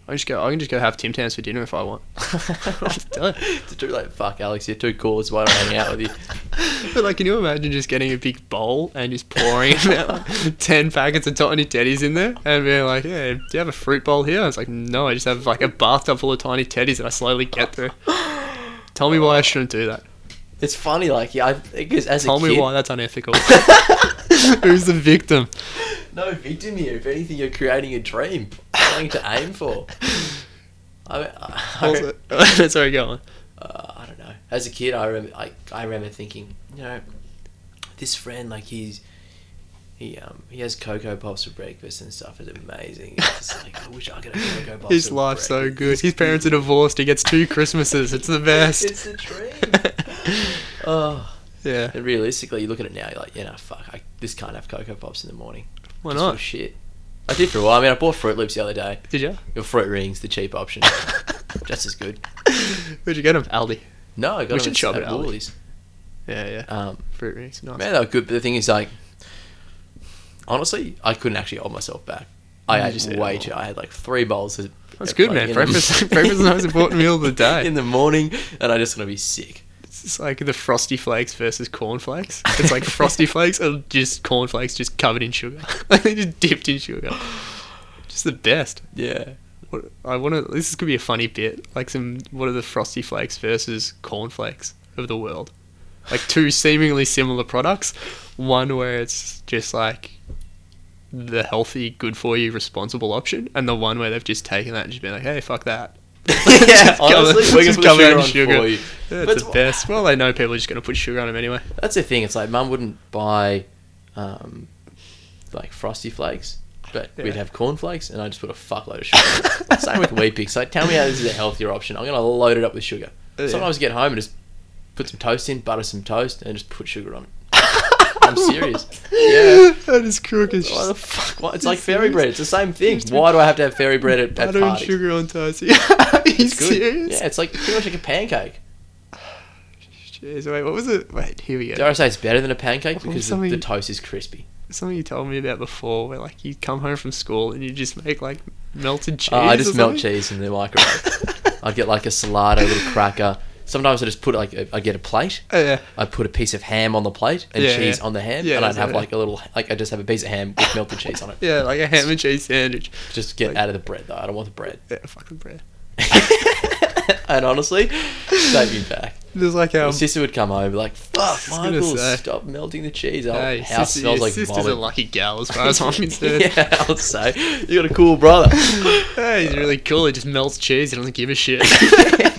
Speaker 2: I just go. I can just go have Tim Tams for dinner if I want. Just tell her.
Speaker 1: to do like fuck, Alex, you're too cool. That's why I don't hang out with you.
Speaker 2: But like, can you imagine just getting a big bowl and just pouring about like, ten packets of tiny teddies in there, and being like, "Yeah, do you have a fruit bowl here?" I was like, "No, I just have like a bathtub full of tiny teddies that I slowly get through." Tell me why I shouldn't do that.
Speaker 1: It's funny, like yeah, I because as
Speaker 2: Tell
Speaker 1: a
Speaker 2: me
Speaker 1: kid,
Speaker 2: why that's unethical. Who's the victim?
Speaker 1: no victim here. If anything, you're creating a dream, something to aim for. I, I,
Speaker 2: Also, sorry, go on.
Speaker 1: uh, I don't know. As a kid, I remember, I, I remember thinking, you know, this friend, like he's, he um, he has cocoa pops for breakfast and stuff. It's amazing. It's just like, I wish I could have cocoa pops.
Speaker 2: His
Speaker 1: for
Speaker 2: life's so
Speaker 1: breakfast.
Speaker 2: good. His parents are divorced. He gets two Christmases. It's the best.
Speaker 1: It's the dream. oh,
Speaker 2: yeah.
Speaker 1: and realistically, you look at it now, you're like, yeah, no, fuck, I, this can't have cocoa pops in the morning.
Speaker 2: Why
Speaker 1: Just feels
Speaker 2: not?
Speaker 1: Shit. I did for a while. I mean, I bought Fruit Loops the other day.
Speaker 2: Did you?
Speaker 1: Your Fruit Rings, the cheap option, just as good.
Speaker 2: Where'd you get them? Aldi.
Speaker 1: No, I got them
Speaker 2: We should
Speaker 1: at-
Speaker 2: shop
Speaker 1: at
Speaker 2: at Aldi.
Speaker 1: Woolies.
Speaker 2: Yeah, yeah.
Speaker 1: Um,
Speaker 2: Fruit rings, nice.
Speaker 1: man, they were good. But the thing is, like, honestly, I couldn't actually hold myself back. I
Speaker 2: You
Speaker 1: ate
Speaker 2: just ate
Speaker 1: way
Speaker 2: it all.
Speaker 1: too. I had like three bowls. Of,
Speaker 2: Mm, That's
Speaker 1: of,
Speaker 2: good,
Speaker 1: like,
Speaker 2: man.
Speaker 1: in the-
Speaker 2: Breakfast- breakfast is the most important meal of the day.
Speaker 1: In the morning, and I just want to be sick.
Speaker 2: It's just like the frosty flakes versus cornflakes. It's like frosty flakes are just cornflakes just covered in sugar. they just dipped in sugar. Just the best.
Speaker 1: Yeah.
Speaker 2: What, I want to. This is gonna be a funny bit. Like some. What are the frosty flakes versus cornflakes of the world? Like two seemingly similar products. One where it's just like the healthy, good for you, responsible option, and the one where they've just taken that and just been like, hey, fuck that.
Speaker 1: yeah,
Speaker 2: Just cover-
Speaker 1: honestly, we're gonna
Speaker 2: just
Speaker 1: put the
Speaker 2: cover it
Speaker 1: sugar
Speaker 2: in
Speaker 1: on for you.
Speaker 2: Yeah,
Speaker 1: But
Speaker 2: it's the best. Well, they know people are just gonna put sugar on them anyway.
Speaker 1: That's the thing. It's like mum wouldn't buy, um, like frosty flakes, but
Speaker 2: Yeah.
Speaker 1: we'd have cornflakes, and I just put a fuckload of sugar. Same with wheat picks. Like, tell me how this is a healthier option. I'm gonna load it up with sugar.
Speaker 2: Yeah.
Speaker 1: Sometimes I get home and just put some toast in, butter some toast, and just put sugar on it. I'm serious. Yeah.
Speaker 2: that is crook as
Speaker 1: Why the
Speaker 2: shit.
Speaker 1: fuck? What? It's
Speaker 2: You're
Speaker 1: like fairy
Speaker 2: serious?
Speaker 1: bread. It's the same thing.
Speaker 2: Just
Speaker 1: Why do I have to have fairy bread at, at
Speaker 2: Butter and
Speaker 1: parties?
Speaker 2: sugar on toast. Are you
Speaker 1: It's good.
Speaker 2: serious?
Speaker 1: Yeah, it's like pretty much like a pancake.
Speaker 2: Jeez, wait, what was it? Wait, here we go.
Speaker 1: Dare I say it's better than a pancake
Speaker 2: What was
Speaker 1: because the,
Speaker 2: something-
Speaker 1: the toast is crispy.
Speaker 2: Something you told me about before, where like you come home from school and you just make like melted cheese.
Speaker 1: Uh, I just
Speaker 2: or
Speaker 1: melt
Speaker 2: something?
Speaker 1: cheese in the microwave. I'd get like a salad, a little cracker. Sometimes I just put like a, I'd get a plate.
Speaker 2: Oh, yeah.
Speaker 1: I'd put a piece of ham on the plate and
Speaker 2: Yeah,
Speaker 1: cheese
Speaker 2: yeah.
Speaker 1: on the ham,
Speaker 2: Yeah,
Speaker 1: and I'd
Speaker 2: that's
Speaker 1: have
Speaker 2: it.
Speaker 1: like a little like I just have a piece of ham with melted cheese on it.
Speaker 2: Yeah, like a ham and cheese sandwich.
Speaker 1: Just get
Speaker 2: Like-
Speaker 1: out of the bread though. I don't want the bread.
Speaker 2: Yeah, fucking bread.
Speaker 1: and honestly, save me back.
Speaker 2: There's like
Speaker 1: My
Speaker 2: um.
Speaker 1: sister would come over like, "Fuck,
Speaker 2: was gonna
Speaker 1: Michael,
Speaker 2: say.
Speaker 1: stop melting the cheese. Our
Speaker 2: Hey,
Speaker 1: house
Speaker 2: sister,
Speaker 1: smells
Speaker 2: your
Speaker 1: like
Speaker 2: sister's a
Speaker 1: vomit."
Speaker 2: lucky gal as far as I'm concerned.
Speaker 1: yeah, I'll say you got a cool brother.
Speaker 2: Hey, he's really cool. He just melts cheese. He doesn't give a shit.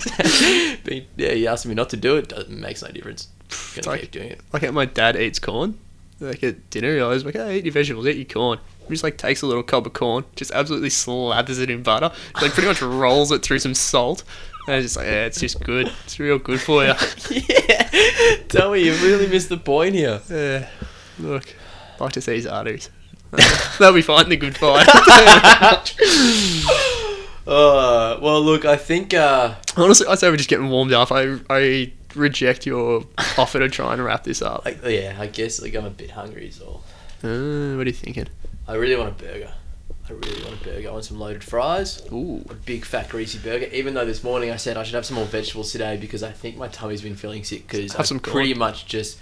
Speaker 1: But, yeah, you asked me not to do it. Doesn't makes no difference. Gonna
Speaker 2: like-
Speaker 1: keep doing it.
Speaker 2: like how my dad eats corn. Like at dinner, he always like, "Hey, eat your vegetables, eat your corn." He just like takes a little cob of corn, just absolutely slathers it in butter, like pretty much rolls it through some salt, and it's just like, "Yeah, it's just good. It's real good for you."
Speaker 1: yeah. Tell me, you really missed the point here.
Speaker 2: Yeah. Look, like to see his arteries. They'll be fighting the good fight.
Speaker 1: Uh, well, look, I think. Uh,
Speaker 2: Honestly, I say we're just getting warmed up. I I reject your offer to try and wrap this up.
Speaker 1: I, yeah, I guess like I'm a bit hungry is all.
Speaker 2: Uh, what are you thinking?
Speaker 1: I really want a burger. I really want a burger. I want some loaded fries.
Speaker 2: Ooh.
Speaker 1: A big fat greasy burger. Even though this morning I said I should have some more vegetables today because I think my tummy's been feeling sick because
Speaker 2: Have
Speaker 1: I
Speaker 2: some corn.
Speaker 1: pretty much just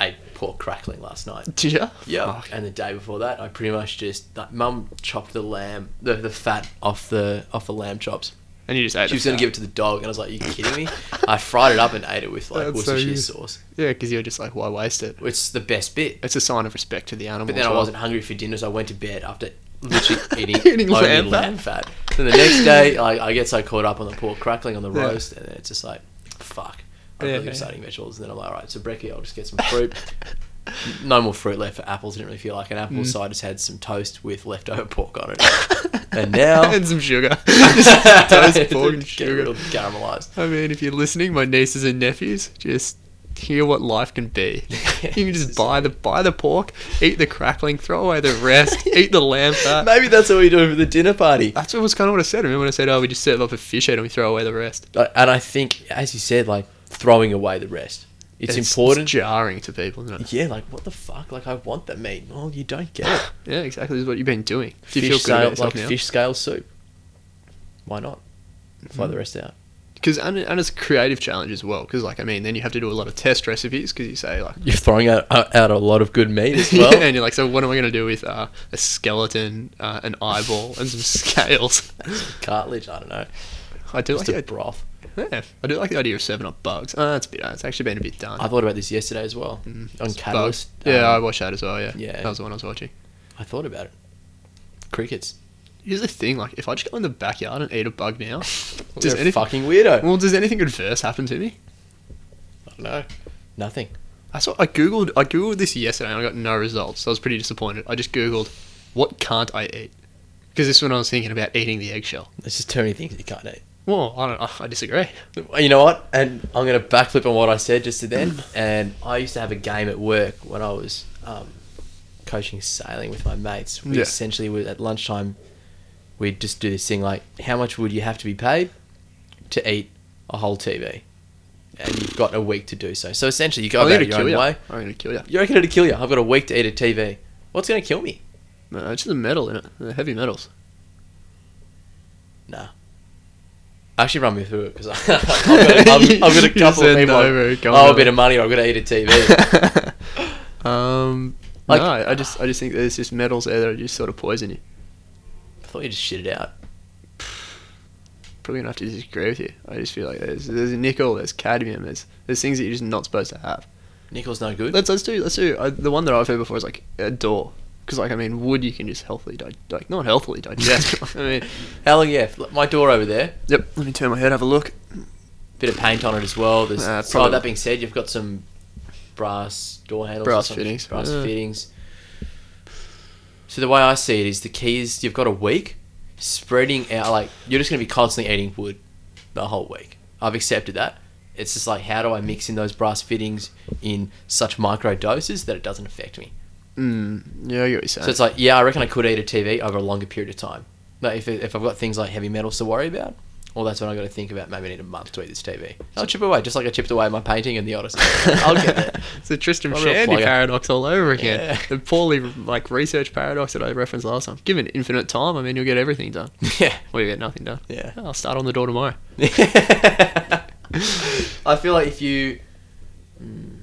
Speaker 1: ate pork crackling last night.
Speaker 2: Did ya?
Speaker 1: Yeah.
Speaker 2: Fuck.
Speaker 1: And the day before that, I pretty much just like, mum chopped the lamb, the, the fat off the off the lamb chops.
Speaker 2: And you just ate.
Speaker 1: She was going to give it to the dog, and I was like, "You kidding me?" I fried it up and ate it with like
Speaker 2: That's so
Speaker 1: Worcestershire
Speaker 2: good.
Speaker 1: sauce.
Speaker 2: Yeah, because you're just like, why waste it?
Speaker 1: It's the best bit.
Speaker 2: It's a sign of respect to the animal.
Speaker 1: But then
Speaker 2: as
Speaker 1: I
Speaker 2: well.
Speaker 1: wasn't hungry for dinner, so I went to bed after literally eating,
Speaker 2: Eating
Speaker 1: only
Speaker 2: lamb
Speaker 1: lamb,
Speaker 2: fat.
Speaker 1: fat. Then the next day, like, I get so caught up on the pork crackling on the
Speaker 2: Yeah.
Speaker 1: roast, and then it's just like, fuck. I'm
Speaker 2: Yeah,
Speaker 1: really
Speaker 2: yeah.
Speaker 1: starting vegetables, and then I'm like, all right, so brekkie, I'll just get some fruit. no more fruit left for apples. Didn't really feel like an
Speaker 2: Mm.
Speaker 1: apple, so I just had some toast with leftover pork on it. and now,
Speaker 2: and some sugar. Just toast, pork, and
Speaker 1: Get real
Speaker 2: sugar.
Speaker 1: caramelized.
Speaker 2: I mean, if you're listening, my nieces and nephews, just hear what life can be. You can just buy the buy the pork, eat the crackling, throw away the rest, eat the lamb fat.
Speaker 1: Maybe that's what we do for the dinner party.
Speaker 2: That's what was kind of what I said. Remember when I said, "Oh, we just serve up a fish head and we throw away the rest."
Speaker 1: Like, Uh, and I think, as you said, like throwing away the rest. It's, important.
Speaker 2: jarring to people. Isn't it?
Speaker 1: yeah, like what the fuck? Like I want that meat. Well, you don't get it.
Speaker 2: Yeah, exactly. This is what you've been doing. Do
Speaker 1: fish
Speaker 2: you feel good
Speaker 1: scale,
Speaker 2: about
Speaker 1: like
Speaker 2: yourself now?
Speaker 1: fish scale soup. Why not? Fly
Speaker 2: Mm.
Speaker 1: the rest out.
Speaker 2: Because and, and it's a creative challenge as well. Because like I mean, then you have to do a lot of test recipes. Because you say like
Speaker 1: You're throwing out, out out a lot of good meat as well.
Speaker 2: yeah, and you're like, so what am I going to do with uh, a skeleton, uh, an eyeball, and some scales?
Speaker 1: Cartilage. I don't know.
Speaker 2: I do like
Speaker 1: Just a
Speaker 2: the,
Speaker 1: broth.
Speaker 2: yeah, I do like the idea of serving up bugs. Uh, it's a bit, uh, it's actually been a bit done.
Speaker 1: I thought about this yesterday as well on Catalyst. um,
Speaker 2: Mm, yeah, I watched that as well. Yeah,
Speaker 1: yeah.
Speaker 2: that was the one I was watching.
Speaker 1: I thought about it. Crickets.
Speaker 2: Here's the thing: like, if I just go in the backyard and eat a bug now, does
Speaker 1: You're a
Speaker 2: anything
Speaker 1: fucking weirdo.
Speaker 2: well, does anything adverse happen to me?
Speaker 1: I don't know. Nothing.
Speaker 2: I saw I googled I googled this yesterday and I got no results. So I was pretty disappointed. I just googled what can't I eat because this one I was thinking about eating the eggshell.
Speaker 1: There's just too many things you can't eat.
Speaker 2: Well, I don't. I disagree.
Speaker 1: You know what? And I'm going to backflip on what I said just to then. And I used to have a game at work when I was um, coaching sailing with my mates, we
Speaker 2: Yeah.
Speaker 1: essentially would at lunchtime we'd just do this thing like, how much would you have to be paid to eat a whole TV? And you've got a week to do so. So essentially, you go
Speaker 2: I'm
Speaker 1: about
Speaker 2: gonna
Speaker 1: it your
Speaker 2: Oh, kill
Speaker 1: own
Speaker 2: you. I'm
Speaker 1: way.
Speaker 2: gonna kill you.
Speaker 1: You reckon it'd kill you? I've got a week to eat a TV. What's gonna kill me?
Speaker 2: No, it's just the metal in it. The heavy metals.
Speaker 1: Nah. Actually, run me through it because I've got, I've, I've got a
Speaker 2: You
Speaker 1: couple of
Speaker 2: said
Speaker 1: people.
Speaker 2: no, bro, go
Speaker 1: oh,
Speaker 2: on.
Speaker 1: a bit of money, or I've got to eat a TV.
Speaker 2: um,
Speaker 1: Like-
Speaker 2: no, I just I just think there's just metals there that just sort of poison you.
Speaker 1: I thought you just shit it out.
Speaker 2: Probably gonna have to disagree with you. I just feel like there's there's nickel, there's cadmium, there's there's things that you're just not supposed to have.
Speaker 1: Nickel's no good.
Speaker 2: Let's let's do let's do uh, the one that I've heard before is like a door, because like I mean wood you can just healthily di- like not healthily digest. but, I mean,
Speaker 1: How long? Yeah, f- my door over there.
Speaker 2: yep. Let me turn my head, have a look.
Speaker 1: Bit of paint on it as well. There's,
Speaker 2: Nah,
Speaker 1: so
Speaker 2: probably-
Speaker 1: that being said, you've got some brass door handles, or
Speaker 2: Brass
Speaker 1: something,
Speaker 2: fittings,
Speaker 1: brass
Speaker 2: yeah.
Speaker 1: fittings. So the way I see it is, the key is you've got a week spreading out. Like you're just going to be constantly eating wood the whole week. I've accepted that. It's just like how do I mix in those brass fittings in such micro doses that it doesn't affect me.
Speaker 2: Mm, yeah, I get what you're saying.
Speaker 1: So it's like, yeah, I reckon I could eat a TV over a longer period of time. But if, if I've got things like heavy metals to worry about, well, that's when i got to think about maybe I need a month to eat this TV. I'll chip away, just like I chipped away my painting and the Odyssey. I'll get there.
Speaker 2: it's the Tristram
Speaker 1: I'm a real
Speaker 2: Shandy
Speaker 1: plugger.
Speaker 2: paradox all over again.
Speaker 1: Yeah.
Speaker 2: The poorly like research paradox that I referenced last time. Given infinite time, I mean you'll get everything done.
Speaker 1: Yeah.
Speaker 2: Well, you get nothing done.
Speaker 1: Yeah.
Speaker 2: I'll start on the door tomorrow.
Speaker 1: I feel like if you. Mm.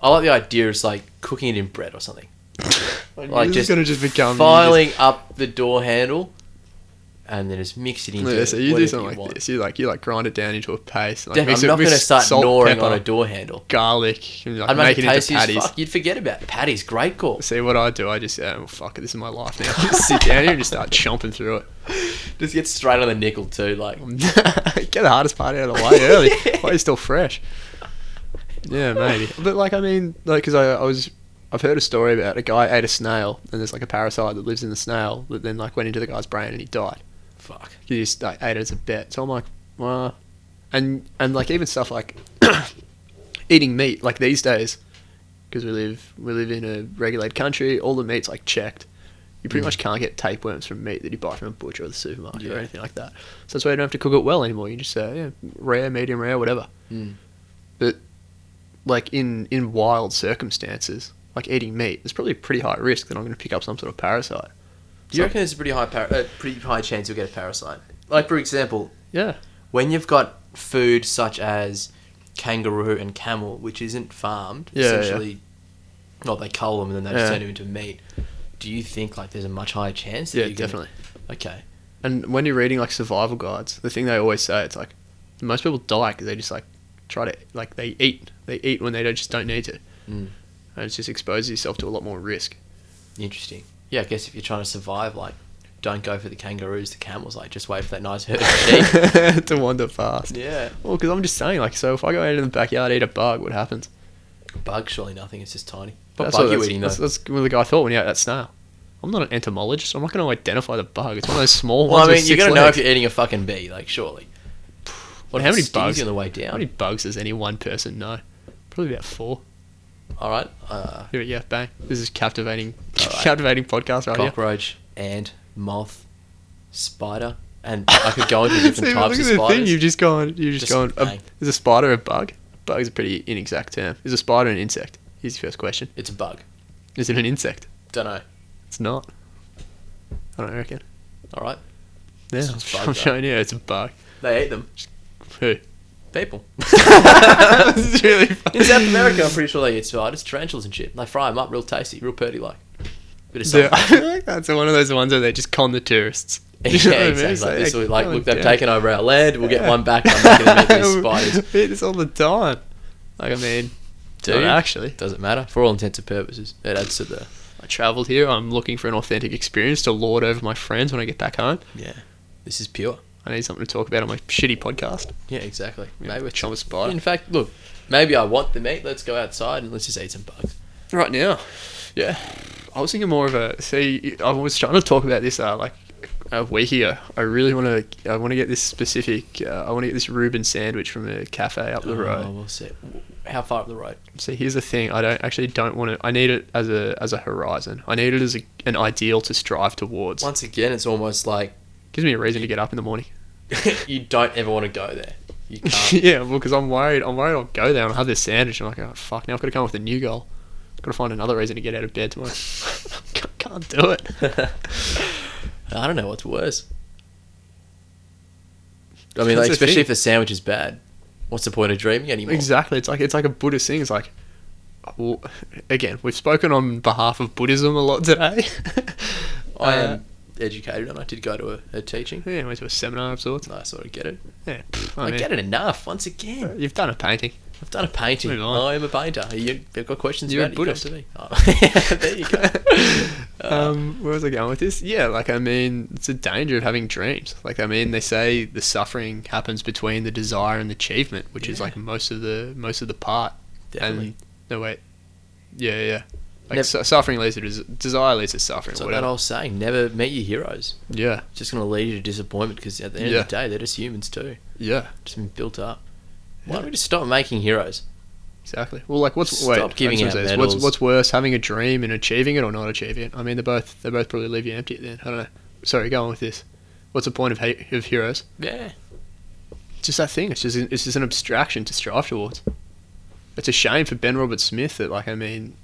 Speaker 1: I like the idea of like cooking it in bread or something. Like
Speaker 2: This is
Speaker 1: just,
Speaker 2: gonna just become you
Speaker 1: filing up the door handle and then just mix it into
Speaker 2: Yeah, so you
Speaker 1: whatever
Speaker 2: do something like
Speaker 1: want.
Speaker 2: this. You like you like grind it down into a paste. Like,
Speaker 1: Definitely,
Speaker 2: mix
Speaker 1: I'm
Speaker 2: it
Speaker 1: not
Speaker 2: with
Speaker 1: going to start
Speaker 2: salt,
Speaker 1: gnawing
Speaker 2: pepper,
Speaker 1: on a door handle.
Speaker 2: garlic. And, like,
Speaker 1: I'd
Speaker 2: make
Speaker 1: make it
Speaker 2: it into
Speaker 1: tasty as
Speaker 2: patties.
Speaker 1: fuck. You'd forget about it. patties. Great call.
Speaker 2: See what I do? I just um, fuck it. This is my life now. Just sit down here and just start chomping through it.
Speaker 1: Just get straight on the nickel too. Like
Speaker 2: Get the hardest part out of the way early. While you're still fresh. Yeah, maybe. But like, I mean, like, because I, I was, I've heard a story about a guy ate a snail, and there's like a parasite that lives in the snail that then like went into the guy's brain and he died.
Speaker 1: fuck.
Speaker 2: He just like, ate it as a bet. So I'm like, wow. And and like even stuff like eating meat, like these days, because we live we live in a regulated country, all the meat's like checked. You pretty much can't get tapeworms from meat that you buy from a butcher or the supermarket or
Speaker 1: Mm. Yeah.
Speaker 2: anything like that. So that's why you don't have to cook it well anymore. You just say yeah, rare, medium rare, whatever.
Speaker 1: Mm.
Speaker 2: But like in in wild circumstances, like eating meat, there's probably a pretty high risk that I'm going to pick up some sort of parasite.
Speaker 1: Do you reckon there's a pretty high par- uh, pretty high chance you'll get a parasite? Like for example,
Speaker 2: Yeah.
Speaker 1: when you've got food such as kangaroo and camel, which isn't farmed,
Speaker 2: Yeah, yeah.
Speaker 1: essentially, well they cull them and then they
Speaker 2: Yeah.
Speaker 1: just turn them into meat. Do you think like there's a much higher chance? That
Speaker 2: Yeah,
Speaker 1: you can-
Speaker 2: definitely.
Speaker 1: Okay.
Speaker 2: And when you're reading like survival guides, the thing they always say it's like most people die because they just like try to like they eat they eat when they don't, just don't need to,
Speaker 1: Mm.
Speaker 2: and it just exposes yourself to a lot more risk.
Speaker 1: Interesting. Yeah, I guess if you're trying to survive, like, don't go for the kangaroos, the camels. Like, just wait for that nice herd of sheep.
Speaker 2: to wander fast.
Speaker 1: yeah.
Speaker 2: Well, because I'm just saying like so if I go out in the backyard eat a bug, what happens?
Speaker 1: Bug, surely nothing. It's just tiny. What
Speaker 2: That's
Speaker 1: bug
Speaker 2: what-
Speaker 1: you
Speaker 2: that's-
Speaker 1: eating though?
Speaker 2: that's, that's what the guy thought when he ate that snail. I'm not an entomologist. I'm not going to identify the bug. It's one of those small
Speaker 1: well,
Speaker 2: ones.
Speaker 1: I
Speaker 2: with
Speaker 1: mean, you're
Speaker 2: six
Speaker 1: gonna know if
Speaker 2: legs.
Speaker 1: you're eating a fucking bee, like surely. What
Speaker 2: How
Speaker 1: if it
Speaker 2: many
Speaker 1: stings
Speaker 2: bugs-
Speaker 1: you on the way down?
Speaker 2: How many bugs does any one person know? Probably about four.
Speaker 1: All right, uh,
Speaker 2: Here, yeah, bang. This is captivating,
Speaker 1: Alright.
Speaker 2: captivating podcast right here.
Speaker 1: cockroach, ant, moth, spider, and I could go into different
Speaker 2: See,
Speaker 1: types
Speaker 2: look
Speaker 1: of
Speaker 2: at the
Speaker 1: spiders.
Speaker 2: Thing, you've just gone. You've just, uh,
Speaker 1: Just
Speaker 2: gone. A,
Speaker 1: bang.
Speaker 2: is a spider a bug? Bug is a pretty inexact term. Is a spider an insect? Here's your first question.
Speaker 1: It's a bug.
Speaker 2: Is it an insect?
Speaker 1: Don't know.
Speaker 2: It's not. I don't reckon.
Speaker 1: All right,
Speaker 2: Yeah,
Speaker 1: It's
Speaker 2: I'm
Speaker 1: just
Speaker 2: sh-
Speaker 1: bug,
Speaker 2: I'm
Speaker 1: though.
Speaker 2: showing you. It's a bug.
Speaker 1: they eat them.
Speaker 2: Who?
Speaker 1: People
Speaker 2: This is really funny.
Speaker 1: in South America, I'm pretty sure they eat spiders, tarantulas, and shit. They fry them up, real tasty, real purty like. Bit of
Speaker 2: Yeah,
Speaker 1: salt.
Speaker 2: I feel like that's one of those ones where they just con the tourists.
Speaker 1: Yeah,
Speaker 2: You know what I mean?
Speaker 1: exactly.
Speaker 2: It's
Speaker 1: Like, this will, like,
Speaker 2: oh,
Speaker 1: look, they've
Speaker 2: damn.
Speaker 1: taken over our land. We'll get
Speaker 2: Yeah.
Speaker 1: one back. I'm making them eat these spiders.
Speaker 2: We eat this all the time. Like I mean,
Speaker 1: Do
Speaker 2: not
Speaker 1: you?
Speaker 2: actually.
Speaker 1: Doesn't matter for all intents and purposes. It adds to the
Speaker 2: I travelled here. I'm looking for an authentic experience to lord over my friends when I get back home.
Speaker 1: yeah. This is pure.
Speaker 2: I need something to talk about on my shitty podcast.
Speaker 1: Yeah, exactly. Maybe
Speaker 2: Maybe
Speaker 1: it's
Speaker 2: chomp a spider.
Speaker 1: In fact, look, maybe I want the meat. Let's go outside and let's just eat some bugs.
Speaker 2: Right now, yeah. I was thinking more of a. See, I was trying to talk about this uh, like a week ago. I really want to. I want to get this specific. Uh, I want to get this Reuben sandwich from a cafe up the road.
Speaker 1: Oh, we'll see. how far up the road?
Speaker 2: See, here's the thing. I don't actually don't want to. I need it as a as a horizon. I need it as a, an ideal to strive towards.
Speaker 1: Once again, it's almost like
Speaker 2: Gives me a reason to get up in the morning.
Speaker 1: you don't ever want to go there. You can't.
Speaker 2: yeah, well, because I'm worried. I'm worried I'll go there and I'll have this sandwich. And I'm like, oh fuck! Now I've got to come up with a new goal. I've got to find another reason to get out of bed tomorrow. Can't- Can't do it.
Speaker 1: I don't know what's worse. I mean,
Speaker 2: That's
Speaker 1: like,
Speaker 2: the
Speaker 1: especially
Speaker 2: thing.
Speaker 1: if the sandwich is bad, what's the point of dreaming anymore?
Speaker 2: Exactly. It's like it's like a Buddhist thing. It's like, well, again, we've spoken on behalf of Buddhism a lot today.
Speaker 1: I
Speaker 2: Uh,
Speaker 1: am educated and I did go to a, a teaching.
Speaker 2: Yeah, went to a seminar of sorts.
Speaker 1: I sort of get it.
Speaker 2: Yeah, pff,
Speaker 1: I,
Speaker 2: I, mean,
Speaker 1: get it enough. Once again,
Speaker 2: You've done a painting.
Speaker 1: I've done a painting.
Speaker 2: Move on.
Speaker 1: I am a painter. You, you've got questions
Speaker 2: You're a
Speaker 1: about it?
Speaker 2: Buddhist.
Speaker 1: You come to me. Oh, there you go. Uh.
Speaker 2: um, where was I going with this? Yeah, like I mean, it's a danger of having dreams. Like I mean, they say the suffering happens between the desire and the achievement, which is
Speaker 1: Yeah.
Speaker 2: like most of the most of the part.
Speaker 1: Definitely.
Speaker 2: And, no wait. Yeah, yeah. Like
Speaker 1: Nev-
Speaker 2: su- suffering leads to des- desire leads to suffering.
Speaker 1: it's like that
Speaker 2: whatever.
Speaker 1: old saying: never meet your heroes.
Speaker 2: yeah,
Speaker 1: It's just going to lead you to disappointment because at the end
Speaker 2: Yeah.
Speaker 1: of the day, they're just humans too.
Speaker 2: yeah,
Speaker 1: Just been built up. Why
Speaker 2: Yeah.
Speaker 1: don't we just stop making heroes?
Speaker 2: exactly. Well, like what's
Speaker 1: Stop
Speaker 2: wait, I
Speaker 1: giving
Speaker 2: was gonna
Speaker 1: out
Speaker 2: say this.
Speaker 1: medals.
Speaker 2: What's what's worse, having a dream and achieving it or not achieving it? I mean, they both they both probably leave you empty. Then I don't know. Sorry, go on with this. What's the point of he- of heroes?
Speaker 1: Yeah.
Speaker 2: just that thing. It's just it's just an abstraction to strive towards. It's a shame for Ben Robert Smith that like I mean,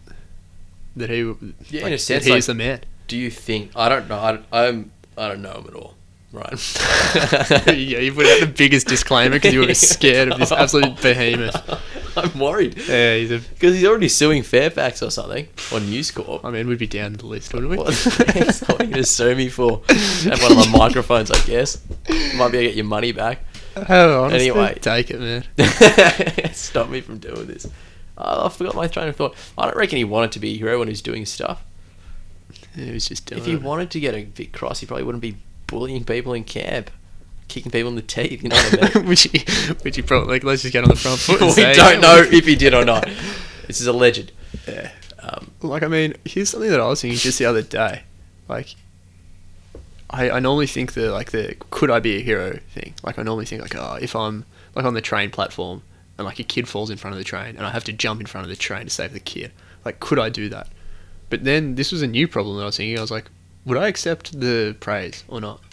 Speaker 2: that he
Speaker 1: Yeah, in
Speaker 2: like,
Speaker 1: a
Speaker 2: that
Speaker 1: sense,
Speaker 2: he's
Speaker 1: like-
Speaker 2: the man.
Speaker 1: Do you think? I don't know. I, I'm. I don't know him at all. Right.
Speaker 2: yeah, you put out the biggest disclaimer because you were scared of this absolute behemoth.
Speaker 1: I'm worried
Speaker 2: Yeah, he's a.
Speaker 1: because he's already suing Fairfax or something on News Corp.
Speaker 2: I mean, we'd be down the list, wouldn't we?
Speaker 1: What the heck's what are you gonna sue me for? Have one of my microphones, I guess. Might be able to get your money back.
Speaker 2: Oh, honestly,
Speaker 1: Anyway.
Speaker 2: take it, man.
Speaker 1: Stop me from doing this. Oh, I forgot my train of thought. I don't reckon he wanted to be a hero when he was doing his stuff.
Speaker 2: He was just doing.
Speaker 1: If he
Speaker 2: it.
Speaker 1: wanted to get a bit cross, he probably wouldn't be bullying people in camp, kicking people in the teeth. You know what I mean?
Speaker 2: which he, which he probably like, let's just get on the front foot. and
Speaker 1: we
Speaker 2: say-
Speaker 1: don't know if he did or not. This is alleged.
Speaker 2: Yeah.
Speaker 1: Um,
Speaker 2: Like, I mean, here's something that I was thinking just the other day. Like, I, I normally think the like the could I be a hero thing. Like, I normally think like, oh, if I'm like on the train platform and like a kid falls in front of the train and I have to jump in front of the train to save the kid. Like, could I do that? But then this was a new problem that I was thinking. I was like, would I accept the praise or not? I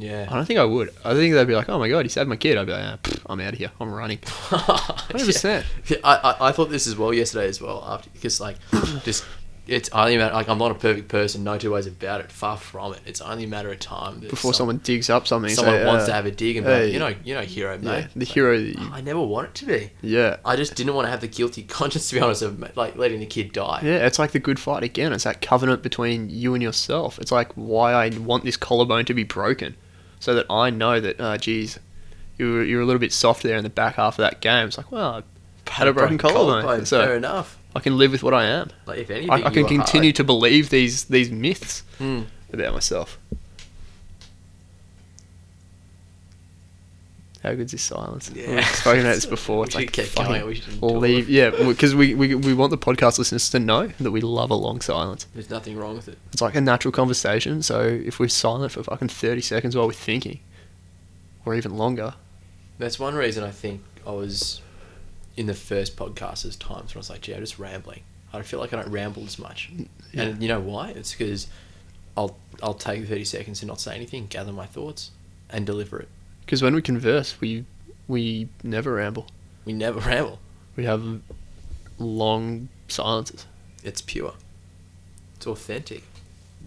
Speaker 1: yeah.
Speaker 2: don't think I would. I think they'd be like, oh my god, he saved my kid. I'd be like, ah, pff, I'm out of here. I'm running.
Speaker 1: Hundred
Speaker 2: 100%.
Speaker 1: I, I I thought this as well yesterday as well after because like just it's only a matter like I'm not a perfect person. No two ways about it. Far from it. It's only a matter of time that
Speaker 2: Before
Speaker 1: some-
Speaker 2: someone digs up something,
Speaker 1: someone
Speaker 2: say,
Speaker 1: wants
Speaker 2: uh,
Speaker 1: to have a dig and be like,
Speaker 2: hey,
Speaker 1: you know you know hero mate.
Speaker 2: yeah, the
Speaker 1: Like,
Speaker 2: hero. That you,
Speaker 1: I never want it to be.
Speaker 2: yeah.
Speaker 1: I just didn't want to have the guilty conscience to be honest of like letting the kid die.
Speaker 2: Yeah, it's like the good fight again. It's that covenant between you and yourself. It's like why I want this collarbone to be broken, so that I know that, uh, geez, you were, you were a little bit soft there in the back half of that game. It's like, well, I had a broken collarbone,
Speaker 1: Fair
Speaker 2: so
Speaker 1: enough.
Speaker 2: I can live with what I am.
Speaker 1: Like if anything,
Speaker 2: I,
Speaker 1: you
Speaker 2: I can
Speaker 1: are
Speaker 2: continue to believe these these myths
Speaker 1: Hmm.
Speaker 2: about myself. How good's this silence?
Speaker 1: Yeah.
Speaker 2: We've spoken about this before. It's
Speaker 1: We
Speaker 2: like
Speaker 1: should keep
Speaker 2: fucking
Speaker 1: going, we should talk.
Speaker 2: leave. Yeah, because we, we we want the podcast listeners to know that we love a long silence.
Speaker 1: There's nothing wrong with it.
Speaker 2: It's like a natural conversation. So if we're silent for fucking 30 seconds while we're thinking, or even longer,
Speaker 1: That's one reason I think I was in the first podcast. There's times when I was like, gee, I'm just rambling. I feel like I don't ramble as much.
Speaker 2: Yeah.
Speaker 1: And you know why? It's because I'll I'll take 30 seconds to not say anything, gather my thoughts, and deliver it.
Speaker 2: because when we converse, we we never ramble.
Speaker 1: We never ramble.
Speaker 2: We have long silences.
Speaker 1: It's pure. It's authentic.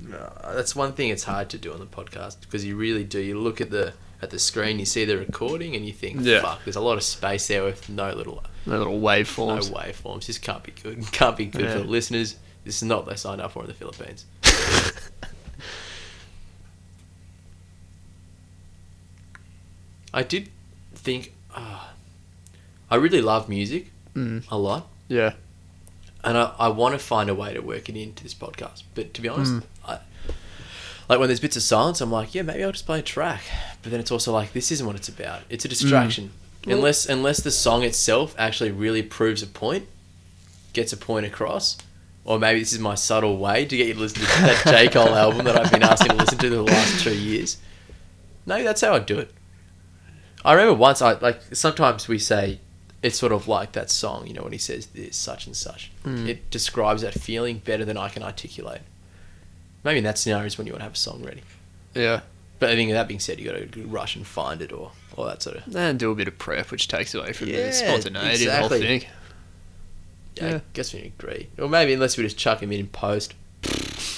Speaker 1: Uh, that's one thing it's hard to do on the podcast because you really do. You look at the at the screen, you see the recording, and you think,
Speaker 2: Yeah.
Speaker 1: "Fuck, there's a lot of space there with no little
Speaker 2: No little
Speaker 1: no
Speaker 2: waveforms.
Speaker 1: waveforms. This can't be good. Can't be good
Speaker 2: Yeah.
Speaker 1: for the listeners. This is not what they signed up for in the Philippines. I did think uh, I really love music
Speaker 2: Mm.
Speaker 1: a lot,
Speaker 2: Yeah.
Speaker 1: and I, I want to find a way to work it into this podcast. But to be
Speaker 2: Hmm.
Speaker 1: honest, I, like when there's bits of silence, I'm like, yeah, maybe I'll just play a track. But then it's also like, this isn't what it's about.
Speaker 2: Hmm.
Speaker 1: It's a distraction. Unless unless the song itself actually really proves a point, gets a point across, or maybe this is my subtle way to get you to listen to that J Cole album that I've been asking to listen to the last two years. Maybe that's how I do it. I remember once I like sometimes we say it's sort of like that song, you know, when he says this, such and such.
Speaker 2: Hmm. mm,
Speaker 1: It describes that feeling better than I can articulate. Maybe in that scenario is when you want to have a song ready.
Speaker 2: Yeah.
Speaker 1: But I think that being said, you got to rush and find it or, or that sort of.
Speaker 2: Then do a bit of prep, which takes away from
Speaker 1: Yeah,
Speaker 2: the spontaneity of the
Speaker 1: exactly.
Speaker 2: whole thing.
Speaker 1: Yeah,
Speaker 2: Yeah.
Speaker 1: I guess we agree. Or maybe unless we just chuck him in in post.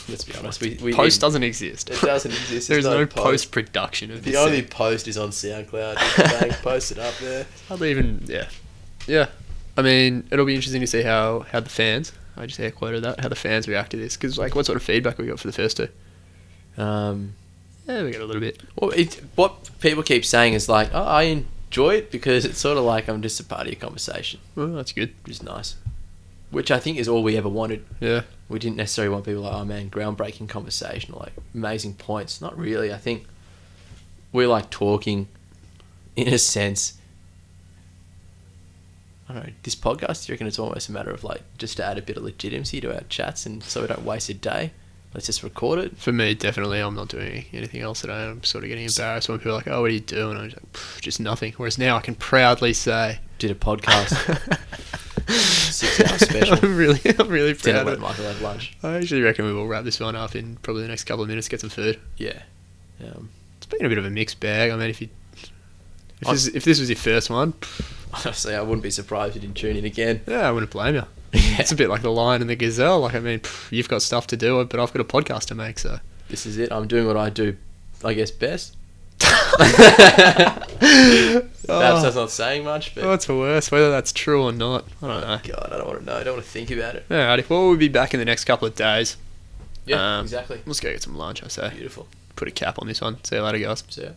Speaker 1: Let's be honest. We, we didn't-
Speaker 2: post doesn't exist.
Speaker 1: It doesn't exist.
Speaker 2: There's
Speaker 1: There's
Speaker 2: no
Speaker 1: no
Speaker 2: post production of
Speaker 1: The
Speaker 2: this.
Speaker 1: only
Speaker 2: Only...
Speaker 1: post is on SoundCloud. Just bang, post it up there.
Speaker 2: Hardly even. Yeah. Yeah. I mean, it'll be interesting to see how, how the fans. I just air quoted that. How the fans react to this, because like, what sort of feedback we got for the first two?
Speaker 1: Um,
Speaker 2: Yeah, we got a little bit.
Speaker 1: well, it, what people keep saying is like, oh, I enjoy it because it's sort of like I'm just a part of your conversation,
Speaker 2: Well, that's good.
Speaker 1: which is nice. Which I think is all we ever wanted.
Speaker 2: Yeah.
Speaker 1: We didn't necessarily want people like, oh man, groundbreaking conversation, or like amazing points. Not really. I think we like talking, in a sense. I don't know. This podcast, do you reckon it's almost a matter of like just to add a bit of legitimacy to our chats, and so we don't waste a day. Let's just record it.
Speaker 2: For me, definitely, I'm not doing anything else today. I'm sort of getting embarrassed when people are like, "Oh, what do you do?" And I'm just like, "Pff, "Just nothing." Whereas now, I can proudly say,
Speaker 1: Did a podcast. Six hour special.
Speaker 2: I'm really, I'm really
Speaker 1: Didn't
Speaker 2: proud
Speaker 1: let
Speaker 2: of it.
Speaker 1: Michael have lunch.
Speaker 2: I actually reckon we will wrap this one up in probably the next couple of minutes. Get some food.
Speaker 1: Yeah. Um,
Speaker 2: It's been a bit of a mixed bag. I mean, if you, if
Speaker 1: I-
Speaker 2: this, if this was your first one,
Speaker 1: honestly, I wouldn't be surprised if you didn't tune in again.
Speaker 2: yeah, I wouldn't blame you.
Speaker 1: Yeah.
Speaker 2: It's a bit like the lion and the gazelle. Like, I mean, pff, you've got stuff to do, but I've got a podcast to make. So,
Speaker 1: This is it. I'm doing what I do, I guess, best. Perhaps
Speaker 2: oh,
Speaker 1: that's not saying much, but
Speaker 2: what's worse, whether that's true or not, I don't know.
Speaker 1: God, I don't want to know. I don't want to think about it.
Speaker 2: Alrighty, well, we'll be back in the next couple of days.
Speaker 1: Yeah,
Speaker 2: Um,
Speaker 1: exactly.
Speaker 2: Let's go get some lunch, I say.
Speaker 1: Beautiful.
Speaker 2: Put a cap on this one. See you later, guys.
Speaker 1: So.